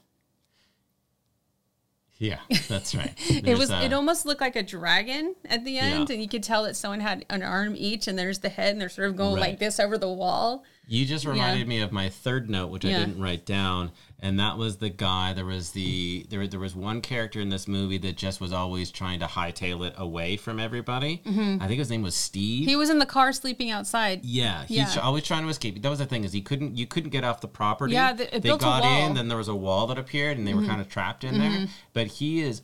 Yeah. That's right.
(laughs) It
There's,
was
uh,
it almost looked like a dragon at the end
Yeah.
and you could tell that someone had an arm each and there's the head and they're sort of going
Right.
like this over the wall.
You just reminded me of my third note, which
Yeah.
I didn't write down, and that was the guy. There was the there there was one character in this movie that just was always trying to hightail it away from everybody.
Mm-hmm.
I think his name was Steve.
He was in the car sleeping outside.
yeah, he's
Yeah.
always trying to escape. That was the thing is he couldn't you couldn't get off the property.
Yeah, the- it
they
built a
got
wall. Mm-hmm.
in, then there was a wall that appeared, and they were kind of trapped in there. But he is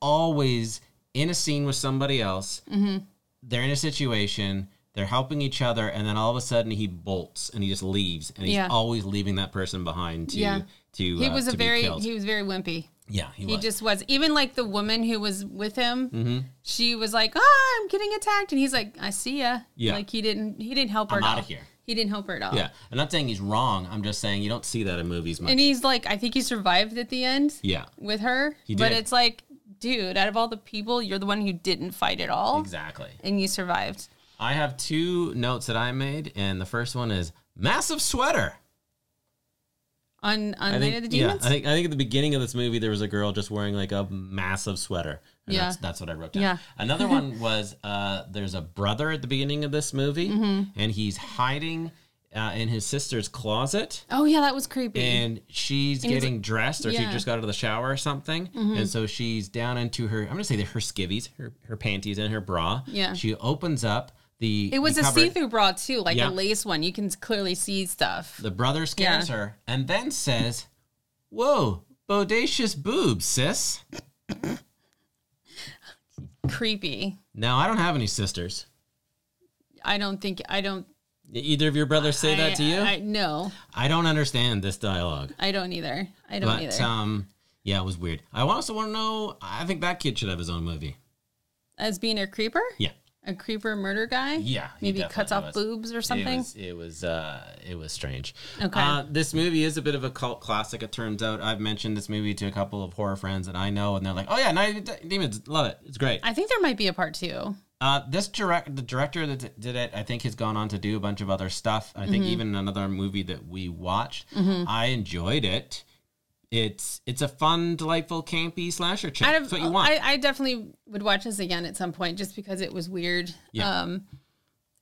always in a scene with somebody else.
Mm-hmm.
They're in a situation. They're helping each other, and then all of a sudden he bolts and he just leaves, and he's
Yeah.
always leaving that person behind to
Yeah.
to.
He
uh,
was a
to be
very
killed.
he was very wimpy.
yeah he,
He
was
just was. Even like the woman who was with him,
Mm-hmm.
she was like, "Ah, I'm getting attacked," and he's like, "I see ya."
Yeah.
Like he didn't he didn't help her.
I'm
at
outta
all.
here.
He didn't help her at all.
yeah. I'm not saying he's wrong. I'm just saying you don't see that in movies much.
And he's like, I think he survived at the end
yeah,
with her.
He
But
did.
it's like, dude, out of all the people, you're the one who didn't fight at all,
exactly.
and you survived.
I have two notes that I made, and the first one is massive sweater.
On on
I
Night of the
think, yeah,
Demons.
I think I think at the beginning of this movie there was a girl just wearing like a massive sweater. And
Yeah.
that's, that's what I wrote down.
Yeah. (laughs)
Another one was uh, there's a brother at the beginning of this movie,
Mm-hmm.
and he's hiding uh, in his sister's closet,
oh yeah, that was creepy.
and she's getting dressed, or
yeah. Mm-hmm.
she just got out of the shower or something, and so she's down into her I'm gonna say that her skivvies, her her panties and her bra.
Yeah.
She opens up the
it was
the
a
cupboard.
see through bra too, like
Yeah.
a lace one. You can clearly see stuff.
The brother scares
Yeah.
her and then says, Whoa, bodacious boobs, sis.
Creepy.
Now, I don't have any sisters. E-,
I don't think I don't
Either of your brothers say that to you?
I,
I,
I, no,
don't understand this dialogue.
I don't either. I don't
But,
either.
um, yeah, it was weird. I also want to know, I think that kid should have his own movie.
As being a creeper?
Yeah.
a creeper murder guy.
Yeah, he
maybe cuts
definitely
off
was.
boobs or something.
It was it was, uh, it was strange.
Okay.
Uh, this movie is a bit of a cult classic. It turns out I've mentioned this movie to a couple of horror friends that I know, and they're like, "Oh yeah, Night of the Demons, love it. It's great."
I think there might be a part two.
Uh, this direct, the director that d- did it, I think has gone on to do a bunch of other stuff. I
Mm-hmm.
think even another movie that we watched. I enjoyed it. It's it's a fun, delightful, campy slasher chick.
I'd have-
That's what you want.
I, I definitely would watch this again at some point just because it was weird.
Yeah.
Um,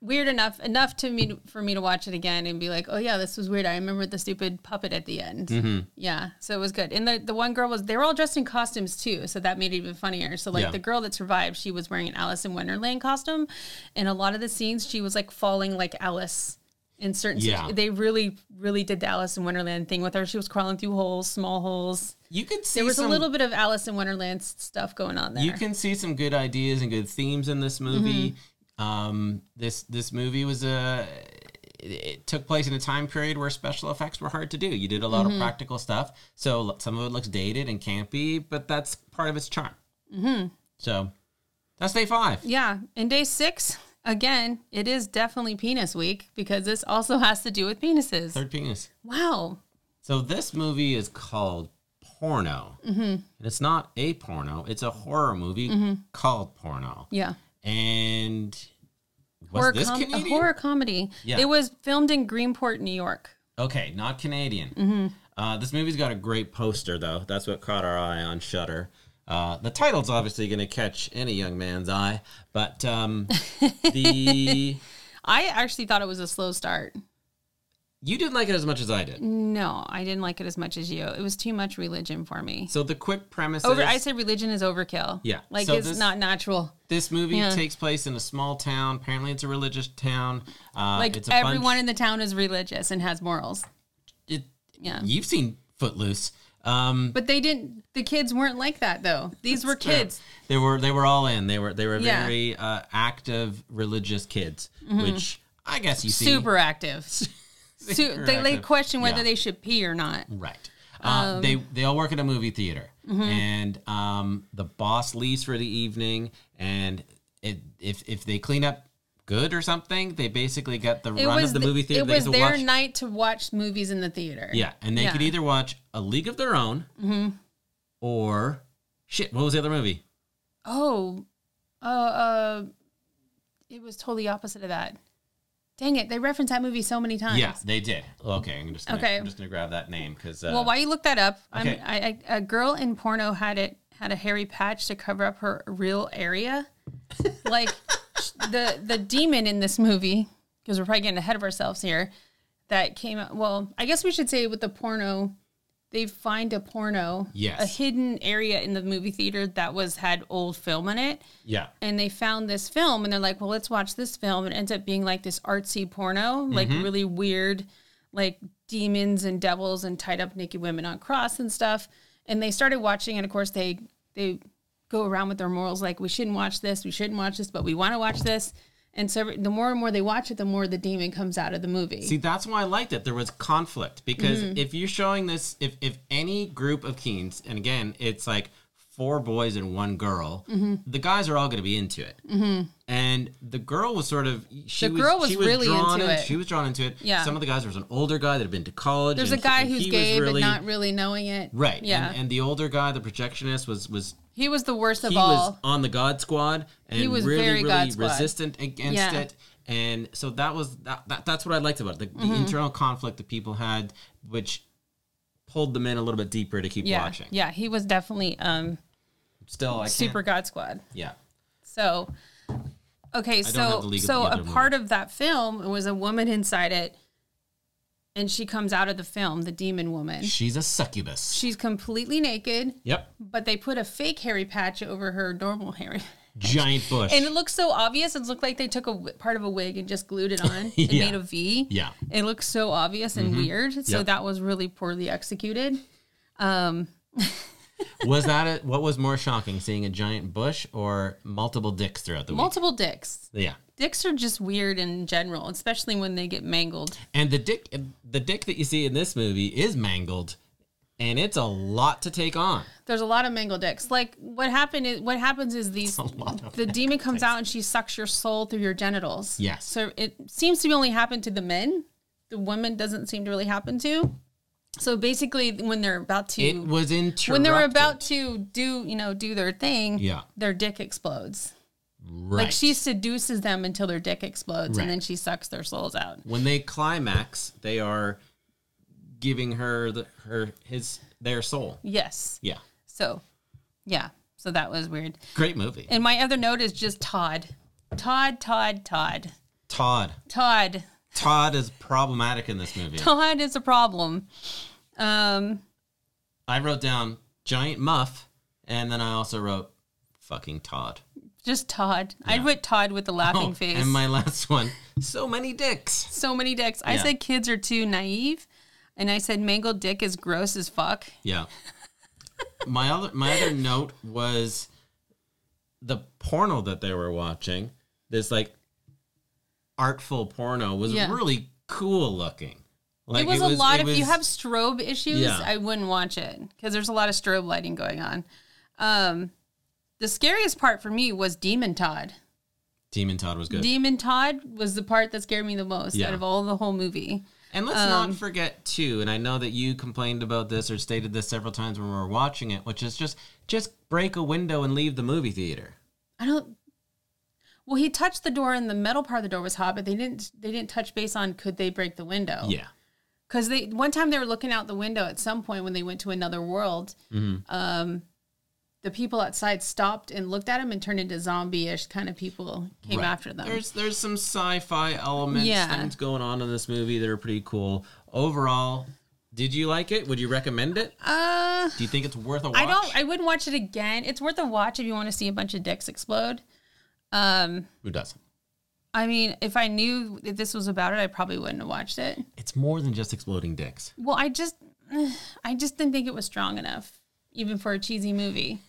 weird enough enough to me for me to watch it again and be like, oh yeah, this was weird. I remember the stupid puppet at the end.
Mm-hmm.
Yeah, so it was good. And the the one girl was they were all dressed in costumes too, so that made it even funnier. So like
Yeah.
the girl that survived, she was wearing an Alice in Wonderland costume, and a lot of the scenes she was like falling like Alice. In certain,
Yeah.
situ- they really, really did the Alice in Wonderland thing with her. She was crawling through holes, small holes.
you could see
There was
some,
a little bit of Alice in Wonderland s- stuff going on there.
You can see some good ideas and good themes in this movie.
Mm-hmm.
Um, this this movie was a it, it took place in a time period where special effects were hard to do. You did a lot of
Mm-hmm.
practical stuff, so lo- some of it looks dated and campy, but that's part of its charm. Mm-hmm. So that's day five.
yeah, and day six again, it is definitely penis week because this also has to do with penises.
Third penis.
Wow,
So this movie is called Porno, mm-hmm. and it's not a porno. It's a horror movie
Mm-hmm.
called Porno,
yeah,
and. Was
horror,
this
com- a
Canadian?
horror comedy.
Yeah.
It was filmed in Greenport, New York.
Okay, not Canadian. Uh, this movie's got a great poster, though. That's what caught our eye on Shutter. Uh, the title's obviously going to catch any young man's eye, but
(laughs)
um, the
I actually thought it was a slow start.
you didn't like it as much as I did.
No, I didn't like it as much as you. It was too much religion for me.
So the quick premise
Over,
is
I said religion is overkill.
Yeah,
like
so
it's
this-
not natural.
this movie
Yeah.
takes place in a small town. Apparently, it's a religious town. Uh,
Like
it's a
everyone
bunch,
in the town is religious and has morals.
it,
Yeah.
you've seen Footloose. Um,
But they didn't. The kids weren't like that though. These were kids.
They were they were all in. They were they were
Yeah. Mm-hmm.
very uh, active religious kids, which I guess you see
Super
(laughs)
active. Su- they, they
active.
question whether
Yeah.
they should pee or not.
Right. Uh,
Um,
they they all work at a movie theater,
Mm-hmm.
and um, the boss leaves for the evening, and it, if if they clean up good or something, they basically get the run of the
th-
movie theater.
It
they
was
get to
their
watch,
night to watch movies in the theater.
yeah, and they
Yeah. Mm-hmm.
could either watch A League of Their Own, or shit. What was the other movie?
Oh, uh, uh, it was totally opposite of that. Dang it! They referenced that movie so many times.
Yeah, they did. Okay, I'm just gonna,
Okay.
I'm just gonna grab that name because uh,
Well, while you look that up,
Okay.
I'm, I, I, a girl in porno had it had a hairy patch to cover up her real
(laughs)
area. like sh- the the demon in this movie, because we're probably getting ahead of ourselves here. That came out. Well, I guess we should say with the porno, they find a porno,
Yes.
a hidden area in the movie theater that was had old film in it
yeah,
and they found this film and they're like, well, let's watch this film. And it ends up being like this artsy porno, like
Mm-hmm.
really weird, like demons and devils and tied up naked women on cross and stuff. And they started watching, and of course they they go around with their morals, like we shouldn't watch this, we shouldn't watch this, but we want to watch this. And so every- the more and more they watch it, the more the demon comes out of the movie.
See, that's why I liked it. There was conflict because
Mm.
if you're showing this, if if any group of teens, and again, it's like four boys and one girl,
Mm-hmm.
the guys are all going to be into it. And the girl was sort of she
The
was,
girl was
she
really
drawn
into
in-
it.
She was drawn into it.
Yeah.
Some of the guys there was an older guy that had been to college.
There's a
and he-
guy
and
who's
he
gay
was really,
but not really knowing it.
right.
Yeah.
And, and the older guy, the projectionist, was was
he was the worst of
he
all.
was on the God Squad and
He was
really,
very
really
God Squad.
resistant against
Yeah.
it. And so that was that, that that's what I liked about it. The, the
Mm-hmm.
internal conflict that people had, which pulled them in a little bit deeper to keep
yeah.
watching.
Yeah. He was definitely um,
Still I
super
super
God Squad.
Yeah.
So, okay,
have the
so
League of
so a
Legends
part of that film was a woman inside it, and she comes out of the film, the demon woman.
She's a succubus.
She's completely naked, (laughs)
Yep.
but they put a fake hairy patch over her normal hair,
Giant bush.
and it looks so obvious. It looked like they took a wi- part of a wig and just
(laughs)
glued it on and
Yeah.
made a V.
yeah. Mm-hmm.
It looks so obvious and weird. So
Yep.
that was really poorly executed. Um,
Was that a, what was more shocking, seeing a giant bush or multiple dicks throughout the
multiple dicks.
week? Yeah.
Dicks are just weird in general, especially when they get mangled.
And the dick the dick that you see in this movie is mangled and it's a lot to take on.
There's a lot of mangled dicks. Like what happened is what happens is these
lot of
the demon comes out and she sucks your soul through your genitals.
Yes.
So it seems to only happen to the men. The women doesn't seem to really happen to. So basically when they're about to
It was interrupted.
when they're about to do, you know, do their thing,
Yeah.
their dick explodes.
right.
Like she seduces them until their dick explodes
Right.
and then she sucks their souls out.
when they climax, they are giving her the, her his their soul.
Yes.
Yeah,
So yeah. So that was weird.
great movie.
And my other note is just Todd. Todd, Todd, Todd.
Todd.
Todd.
Todd is problematic in this movie.
Todd is a problem. Um,
I wrote down giant muff, and then I also wrote fucking Todd.
just Todd. I'd put Todd with the laughing
Oh,
face.
and my (laughs) last one. So many dicks.
so many dicks. I
Yeah.
said kids are too naive, and I said mangled dick is gross as fuck.
Yeah. my other my other note was the porno that they were watching. This like artful porno was
Yeah.
really cool looking. Like
it was a lot.
it
If you
was-
have strobe issues,
Yeah.
I wouldn't watch it because there's a lot of strobe lighting going on. Um, the scariest part for me was Demon Todd.
Demon Todd was good.
Demon Todd was the part that scared me the most
Yeah.
out of all the whole movie.
And let's
um,
not forget too, and I know that you complained about this or stated this several times when we were watching it, which is just just break a window and leave the movie theater.
I don't. Well, he touched the door, and the metal part of the door was hot, but they didn't. They didn't touch base on could they break the window?
Yeah.
because they one time they were looking out the window at some point when they went to another world.
Mm-hmm.
Um, the people outside stopped and looked at him and turned into zombie-ish kind of people came
Right.
after them.
There's there's some sci-fi elements
Yeah.
things going on in this movie that are pretty cool. Overall, did you like it? Would you recommend it?
uh,
Do you think it's worth a watch?
I don't. I wouldn't watch it again. It's worth a watch if you want to see a bunch of dicks explode. Um,
Who doesn't?
I mean, if I knew that this was about it, I probably wouldn't have watched it.
It's more than just exploding dicks.
Well, I just, (sighs) I just didn't think it was strong enough, even for a cheesy movie.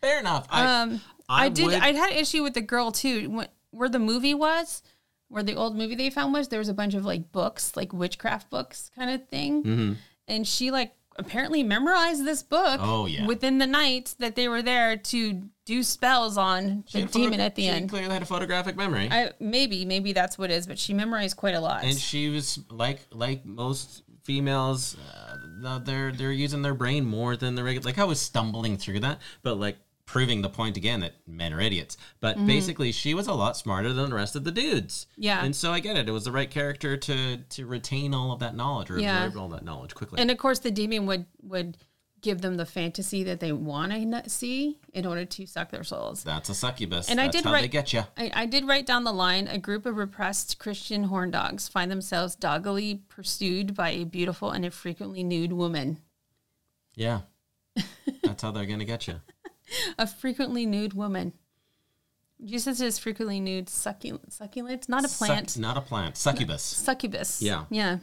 Fair enough. I,
Um,
I
I, did.
would-
I had an issue with the girl too. When, where the movie was, where the old movie they found was, there was a bunch of like books, like witchcraft books, kind of thing.
Mm-hmm.
And she like apparently memorized this book.
Oh, yeah.
Within the night that they were there to do spells on
she
the
had photo-
demon at the
she
end.
clearly had a photographic memory.
I maybe maybe that's what it is, but she memorized quite a lot.
and she was like like most females uh, no, they're they're using their brain more than the regular like i was stumbling through that but like proving the point again that men are idiots but basically she was a lot smarter than the rest of the dudes
Mm-hmm. Yeah.
and so i get it it was the right character to to retain all of that knowledge or
Yeah.
absorb all that knowledge quickly
and of course, the demon would would give them the fantasy that they want to see in order to suck their souls.
that's a succubus
And I
that's
did
how
write-
they get you
I, I did write down the line a group of repressed Christian horn dogs find themselves doggily pursued by a beautiful and a frequently nude woman. (laughs)
yeah that's how they're gonna get you
A frequently nude woman. Jesus is frequently nude succulent, succulent not a plant.
not a plant succubus
Succubus.
Yeah.
Yeah.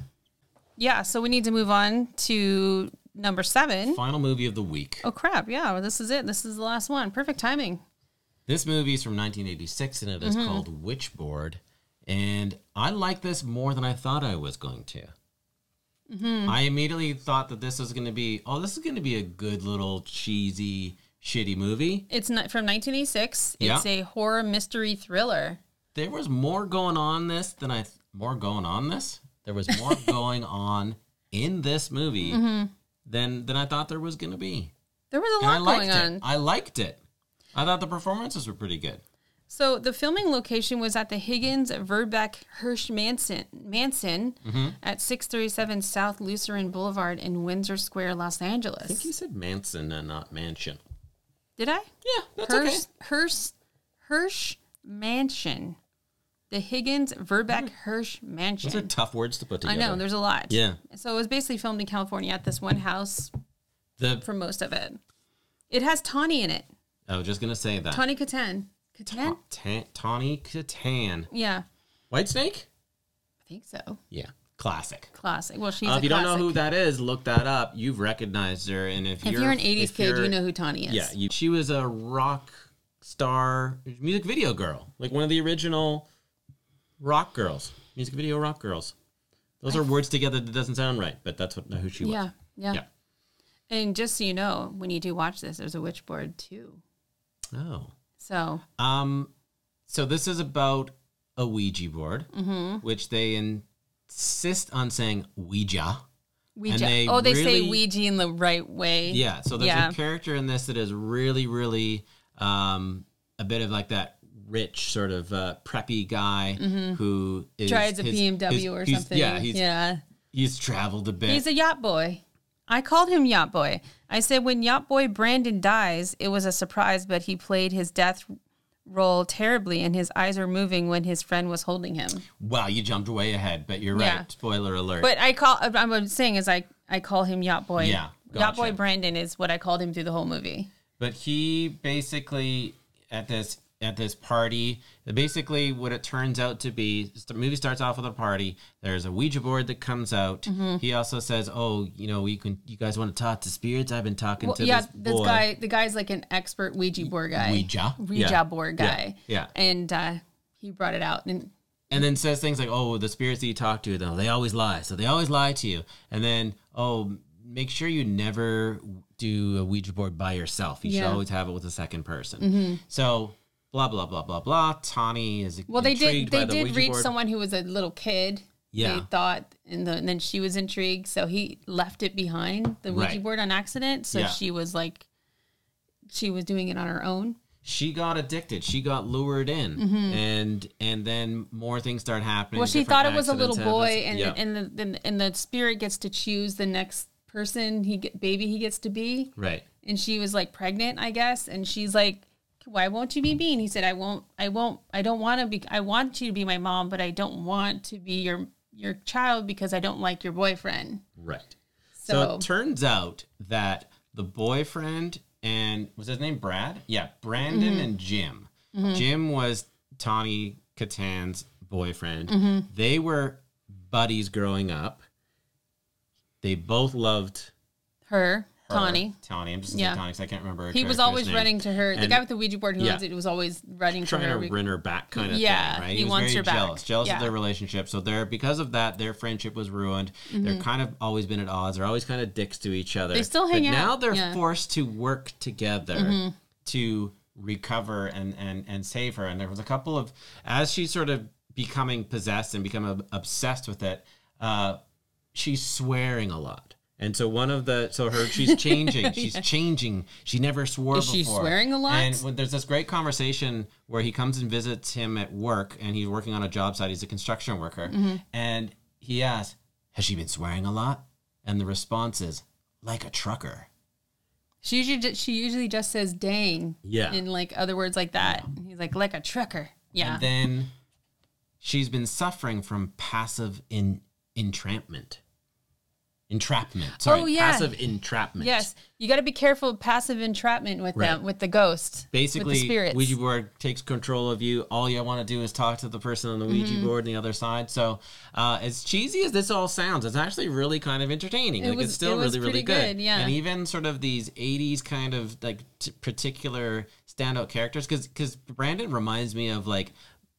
Yeah. So we need to move on to number seven.
final movie of the week
Oh, crap. Yeah. Well, this is it. This is the last one. Perfect timing.
This movie is from 1986 and it
Mm-hmm.
is called Witchboard. And I like this more than I thought I was going to.
Mm-hmm.
I immediately thought that this was going to be, oh, this is going to be a good little cheesy, shitty movie.
It's not from 1986. It's
Yeah.
a horror mystery thriller.
There was more going on this than I, th- more going on this? There was
(laughs)
more going on in this movie than, than I thought there was going to be.
There was Mm-hmm.
And
a
I
lot
liked
going
it.
on.
I liked it. I thought the performances were pretty good.
So the filming location was at the Higgins Verbeck Hirsch Manson Manson
Mm-hmm.
at 637 South Lucerne Boulevard in Windsor Square, Los Angeles.
I think you said Manson and not Mansion.
Did I?
Yeah, that's
Hirsch
okay.
Hirsch Hirsch Mansion. The Higgins Verbeck Hirsch Mansion.
Mm-hmm. Those are tough words to put
I
together.
know, there's a lot.
Yeah.
So it was basically filmed in California at this one house
The
for most of it. It has Tawny in it.
I was just gonna say that.
Tawny Katan. Katan?
Ta- Tawny Catan.
Yeah,
White Snake?
I think so.
Yeah. Classic.
Classic. Well, she's
Uh,
a
if you don't know
classic.
who that is, look that up. You've recognized her, and if,
If
you're,
you're, an 80s
if
kid,
you're-
you know who Tawny is.
Yeah, you, she was a rock star, music video girl, like one of the original rock girls, music video rock girls. Those are words together that doesn't sound right, but that's what who she was.
Yeah, yeah.
Yeah.
And just so you know, when you do watch this, there's a witch board too.
Oh.
So
Um, so this is about a Ouija board,
Mm-hmm.
which they insist on saying Ouija.
Ouija.
they
oh, they
really-
say Ouija in the right way.
Yeah. So there's
Yeah.
a character in this that is really, really um, a bit of like that rich sort of uh, preppy guy who is
Mm-hmm. Drives a
his-
BMW
his-
or
he's-
something.
Yeah. He's
yeah.
he's traveled a bit.
He's a yacht boy. I called him yacht boy. I said when yacht boy Brandon dies, it was a surprise, but he played his death role terribly, and his eyes were moving when his friend was holding him.
wow, you jumped way ahead, but you're
Yeah.
right. Spoiler alert.
But I call. I'm what I'm saying is I I call him yacht boy.
Yeah,
Yacht boy
gotcha.
Brandon is what I called him through the whole movie.
but he basically at this at this party basically what it turns out to be the movie starts off with a party there's a ouija board that comes out
Mm-hmm.
he also says oh you know you can you guys want to talk to spirits i've been talking
Well,
to
yeah,
this,
this
boy
guy. The guy's like an expert Ouija board guy.
ouija
Ouija
Yeah.
board
Yeah.
guy.
yeah,
And uh, he brought it out, and
and then says things like oh the spirits that you talk to though they always lie so they always lie to you and then oh make sure you never do a ouija board by yourself you should
Yeah. Mm-hmm.
always have it with a second person so blah blah blah blah blah tawny is
Well, they did.
intrigued by
They
the
did
Ouija
reach
board.
someone who was a little kid. They
Yeah.
thought, and, the, and then she was intrigued, so he left it behind the Ouija
Right.
board on accident. So
Yeah.
she was like, she was doing it on her own.
she got addicted she got lured in and and then more things start happening
Mm-hmm. Well, she
different
thought it was a little
accidents
boy, and
happens. Yeah.
and the, then and the spirit gets to choose the next person he get, baby he gets to be,
right
and she was like pregnant, I guess, and she's like. Why won't you be me? And he said, "I won't. I won't. I don't want to be. I want you to be my mom, but I don't want to be your your child because I don't like your boyfriend."
right so,
So,
it turns out that the boyfriend and was his name Brad? Yeah,
Mm-hmm.
Brandon and Jim. Jim was Tawny Katan's boyfriend.
Mm-hmm.
They were buddies growing up. They both loved
her,
her,
Tawny.
Tawny. I'm just
Yeah.
saying Tawny 'cause I can't remember. her
He was
character's
always
name.
running to her. The
And-
guy with the Ouija board who
Yeah.
owns it was always running to
trying
her.
to win her back kind of
Yeah,
thing, right?
he wants her back.
jealous, jealous
Yeah.
of their relationship. So they're because of that, their friendship was ruined. They're kind of always been at odds. They're always kind of dicks to each other.
Mm-hmm. They still
But
hang out,
Now they're
yeah. Mm-hmm.
forced to work together to recover and and and save her. And there was a couple of as she's sort of becoming possessed and become ob- obsessed with it. Uh, she's swearing a lot. And so one of the so her
(laughs)
she's changing she's changing she never swore
Is she
before.
swearing a lot?
And when there's this great conversation where he comes and visits him at work and he's working on a job site he's a construction worker
Mm-hmm.
and he asks has she been swearing a lot and the response is like a trucker
she usually just, she usually just says "dang"
Yeah.
in like other words like that. And He's like like a trucker. Yeah,
and then she's been suffering from passive in entrapment entrapment sorry
Oh, yeah.
passive entrapment
yes, you got to be careful of passive entrapment with them
Right.
with the ghosts,
basically
with the spirits.
Ouija board takes control of you. All you want to do is talk to the person on the Ouija
Mm-hmm.
board on the other side. So, uh, as cheesy as this all sounds, it's actually really kind of entertaining.
It
like
was-
it's still
it was
really really
pretty
good.
good, yeah.
And even sort of these '80s kind of like t- particular standout characters, because because Brandon reminds me of like.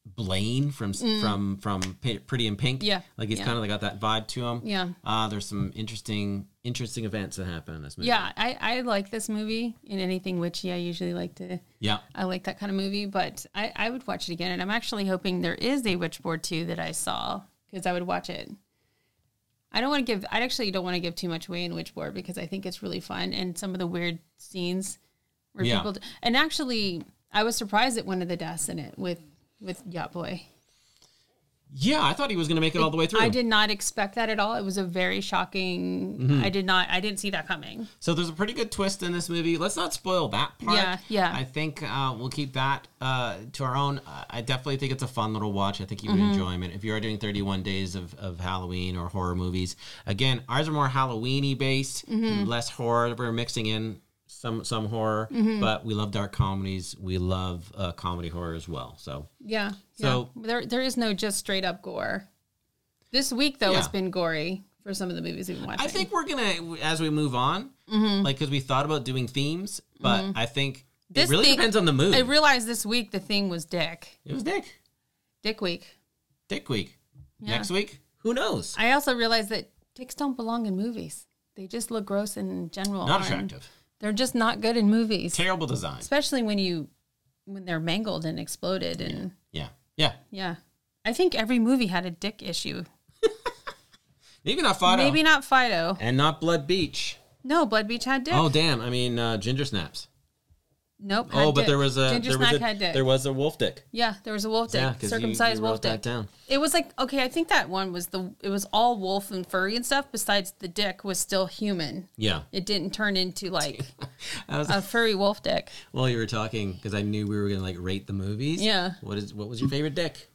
Blaine from s from from P- Pretty in Pink,
Mm. Yeah,
like he's
yeah.
kind of got that vibe to him.
Yeah.
uh, there's some interesting interesting events that happen in this movie.
yeah, I, I like this movie and anything witchy. I usually like to.
yeah,
I like that kind of movie, but I, I would watch it again. And I'm actually hoping there is a Witch Board 2 that I saw because I would watch it. I don't want to give, I actually don't want to give too much away in Witch Board because I think it's really fun and some of the weird scenes where
Yeah.
people, and actually, I was surprised at one of the deaths in it with, with Yacht Boy.
yeah. I thought he was going to make it all the way through.
I did not expect that at all. It was a very shocking,
Mm-hmm.
I did not, I didn't see that coming.
So there's a pretty good twist in this movie. Let's not spoil that part.
Yeah, yeah.
I think uh, we'll keep that uh, to our own. I- I definitely think it's a fun little watch. I think you would
Mm-hmm.
enjoy it if you are doing 31 days of, of Halloween or horror movies. Again, ours are more Halloweeny based,
Mm-hmm.
less horror. We're mixing in some some horror,
Mm-hmm.
but we love dark comedies. We love uh, comedy horror as well. So
Yeah.
So-
yeah. there, there is no just straight up gore. This week though, it's
Yeah.
been gory for some of the movies we've been watching.
I think we're gonna as we move on,
Mm-hmm.
like because we thought about doing themes, but I think it
This
really
thing-
depends on the mood.
I realized this week the theme was dick.
it was Dick.
Dick week.
Dick Week. Next week, who knows?
I also realized that dicks don't belong in movies. they just look gross in general.
Not
and
attractive.
They're just not good in movies,
Terrible design.
especially when you when they're mangled and exploded and
Yeah. Yeah.
yeah. I think every movie had a dick issue.
Maybe not Fido.
Maybe not Fido.
And not Blood Beach.
No, Blood Beach had dick.
Oh damn! I mean uh, Ginger Snaps.
nope. had
Oh, but
dick.
there was a
Ginger
there was
Snack
a,
had dick.
there was a wolf dick.
yeah, there was a wolf dick,
Yeah, 'cause you-
circumcised
you
wolf
wrote that
dick.
down.
It was like okay, I think that one was the it was all wolf and furry and stuff. Besides, the dick was still human.
Yeah.
It didn't turn into like
(laughs) I was-
a furry wolf dick.
While you were talking, because I knew we were gonna like rate the movies.
Yeah.
What is what was your favorite
(laughs)
dick?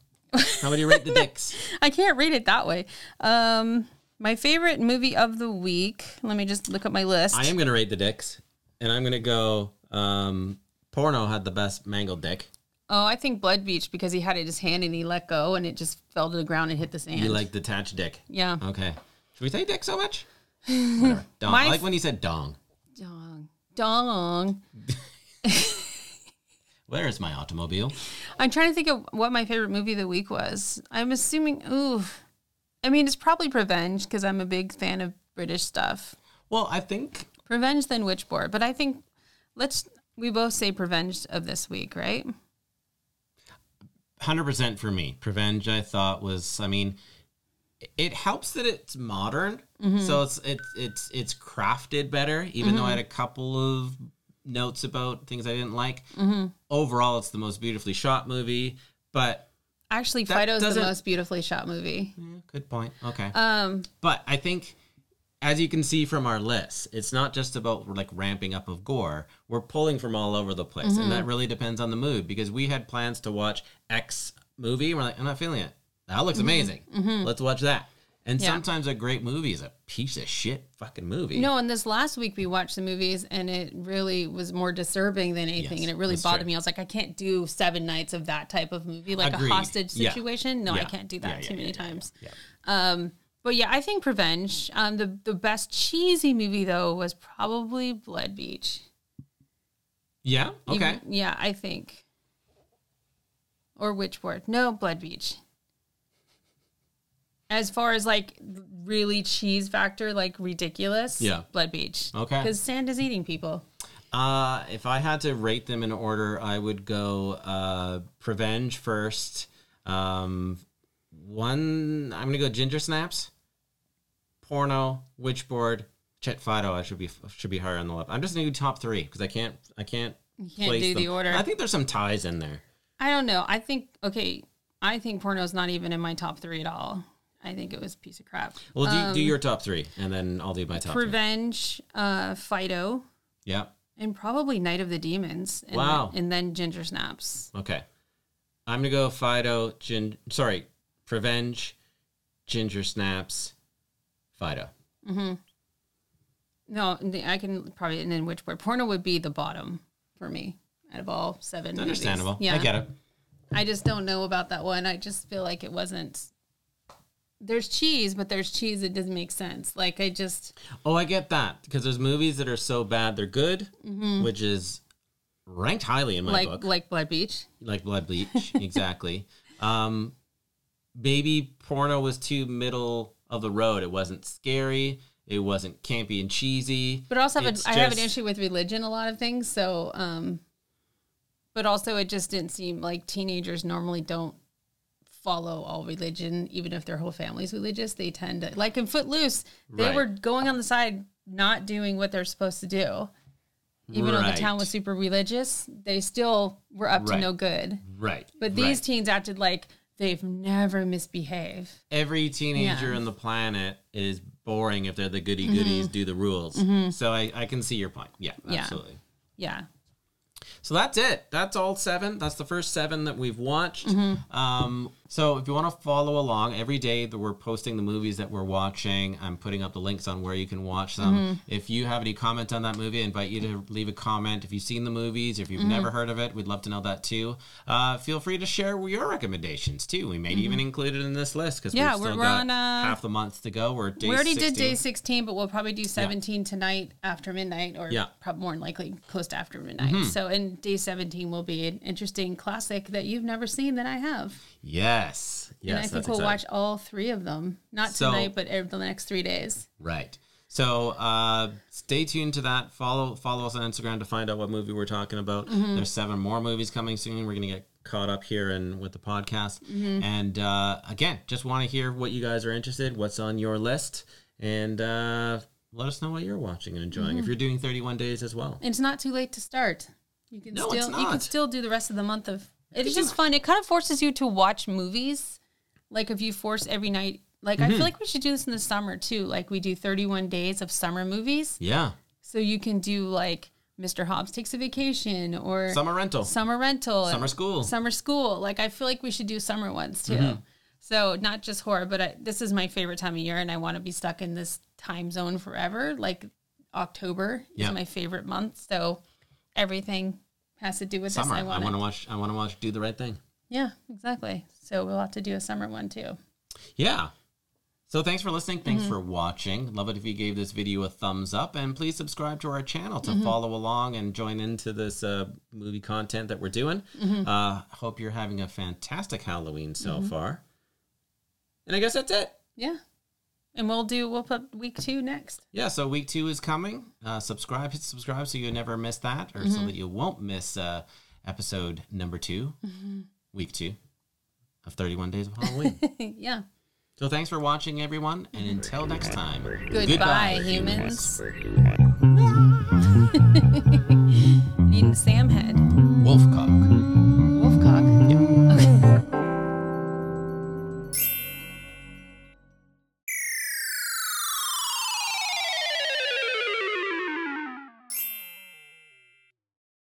How would you rate the dicks?
I can't read it that way. Um, my favorite movie of the week. Let me just look up my list.
I am gonna rate the dicks, and I'm gonna go. Um, Porno had the best mangled dick.
oh, I think Blood Beach because he had it in his hand and he let go and it just fell to the ground and hit the sand.
You like detached dick.
yeah.
Okay. Should we say dick so much? Whatever. Dong.
My
I like
f-
when he said dong.
Dong. Dong.
Where is my automobile?
I'm trying to think of what my favorite movie of the week was. I'm assuming, ooh, I mean, it's probably Prevenge because I'm a big fan of British stuff.
Well, I think
Prevenge, then Witchboard. But I think let's, we both say Prevenge of this week, right?
hundred percent for me. Prevenge, I thought was. I mean, it helps that it's modern, so it's it's it's it's crafted better. Even though I had a couple of notes about things I didn't like. Overall, it's the most beautifully shot movie. But
Actually,
That
Fido's the
doesn't- Mm-hmm.
most beautifully shot movie.
yeah, good point. Okay,
Um,
but I think. As you can see from our list, it's not just about like ramping up of gore. We're pulling from all over the place, and
Mm-hmm.
that really depends on the mood. Because we had plans to watch X movie, and we're like, I'm not feeling it. That looks amazing. Let's watch that. And
Mm-hmm. Yeah.
sometimes a great movie is a piece of shit fucking movie.
No, and this last week we watched the movies, and it really was more disturbing than anything,
Yes,
and it really
that's
bothered
true.
me. I was like, I can't do seven nights of that type of movie, like
Agreed.
a hostage
Yeah.
situation. No, I
Yeah.
can't do that
Yeah, yeah,
too many
yeah, yeah,
times.
yeah.
Um, but yeah, I think Prevenge. Um, the the best cheesy movie though was probably Blood Beach.
Yeah. Okay.
Even- yeah, I think. Or Witchboard. No, Blood Beach. As far as like really cheese factor, like ridiculous.
Yeah.
Blood Beach.
Okay.
Because sand is eating people.
Uh, if I had to rate them in order, I would go uh, Prevenge first. Um, one, I'm gonna go Ginger Snaps, Porno, Witchboard, Chet Fido. I should be should be higher on the left. I'm just gonna do top three because I can't I can't. You
can't do the order.
I think there's some ties in there.
I don't know. I think okay. I think porno's not even in my top three at all. I think it was a piece of crap.
Well, do,
Um,
do your top three, and then I'll do my top. three.
Revenge, uh, Fido,
Yeah.
and probably Night of the Demons. And
Wow.
Then, and then Ginger Snaps.
Okay. I'm gonna go Fido, Gin sorry, Prevenge, Ginger Snaps, Fido.
No, n- I can probably and then Witchboard. Porno would be the bottom for me out of all seven.
It's
movies.
understandable.
Yeah,
I get it.
I just don't know about that one. I just feel like it wasn't. There's cheese, but there's cheese that doesn't make sense. Like I just
Oh, I get that. Because there's movies that are so bad they're good, which is ranked highly in my
Mm-hmm. like
book.
like Blood Beach.
Like Blood
(laughs)
Bleach, exactly. um Baby Porno was too middle of the road. It wasn't scary. It wasn't campy and cheesy.
But I also have
It's
a, I have an
just-
issue with religion a lot of things. So, um, but also it just didn't seem like teenagers normally don't follow all religion, even if their whole family's religious. They tend to like in Footloose, they
Right.
were going on the side, not doing what they're supposed to do. Even though
Right.
the town was super religious, they still were up
Right.
to no good.
Right.
But these
right.
teens acted like they've never misbehaved.
every teenager
Yeah. Mm-hmm.
on the planet is boring if they're the goody goodies, do the rules. So I, I can see your point. Yeah,
Yeah.
absolutely.
Yeah.
So that's it. That's all seven. That's the first seven that we've watched.
Mm-hmm.
Um, so if you want to follow along, every day that we're posting the movies that we're watching, I'm putting up the links on where you can watch them.
Mm-hmm.
If you have any comment on that movie, I invite you to leave a comment. If you've seen the movies, if you've
Mm-hmm.
never heard of it, we'd love to know that too. Uh, feel free to share your recommendations too. We may even include it in this list because
Mm-hmm. Yeah,
we've
we're-
still
we're
got
on, uh,
half the month to go. We're at day
we already did
16.
day 16 but we'll probably do 17 tonight after midnight or
Yeah. Mm-hmm.
prob- more than likely close to after midnight so and day 17 will be an interesting classic that you've never seen that i have
Yes, yes,
and i
that's
think we'll
exciting.
watch all three of them not
So-
tonight but ev- the next three days
Right. So uh, stay tuned to that. Follow follow us on Instagram to find out what movie we're talking about.
Mm-hmm.
There's seven more movies coming soon. We're gonna get caught up here and with the podcast.
Mm-hmm.
And uh, again, just want to hear what you guys are interested. What's on your list? And uh, let us know what you're watching and enjoying.
Mm-hmm.
If you're doing 31 days as well.
It's not too late to start. You can
No, it's
still you can
not.
still do the rest of the month of
It's just fun. It kind of forces you to watch movies.
like if you force every night like
Mm-hmm.
I feel like we should do this in the summer too. Like we do 31 days of summer movies.
Yeah,
So you can do like Mr. Hobbs takes a vacation or
summer rental,
summer rental, and
summer school. Mm-hmm.
summer school. Like I feel like we should do summer ones too. So not just horror, but I, this is my favorite time of year, and I want to be stuck in this time zone forever. Like October
Yeah.
is my favorite month, so everything has to do with
summer.
this.
I
I want,
want
it.
to watch. I want to watch. Do the right thing.
yeah, exactly. So we'll have to do a summer one too.
Yeah. So thanks for listening. Thanks for watching. Love it if you gave this video a thumbs up and please subscribe to our channel to follow along and join into this uh, movie content that we're doing. Uh, hope you're having a fantastic Halloween so far. And I guess that's it.
Yeah, and we'll do we'll put week two next. (laughs)
Yeah. So week two is coming. Uh, subscribe, hit subscribe so you never miss that, or so that you won't miss uh, episode number 2 week two of 31 Days of Halloween.
yeah.
so thanks for watching, everyone, and until next time.
Goodbye, humans. (laughs)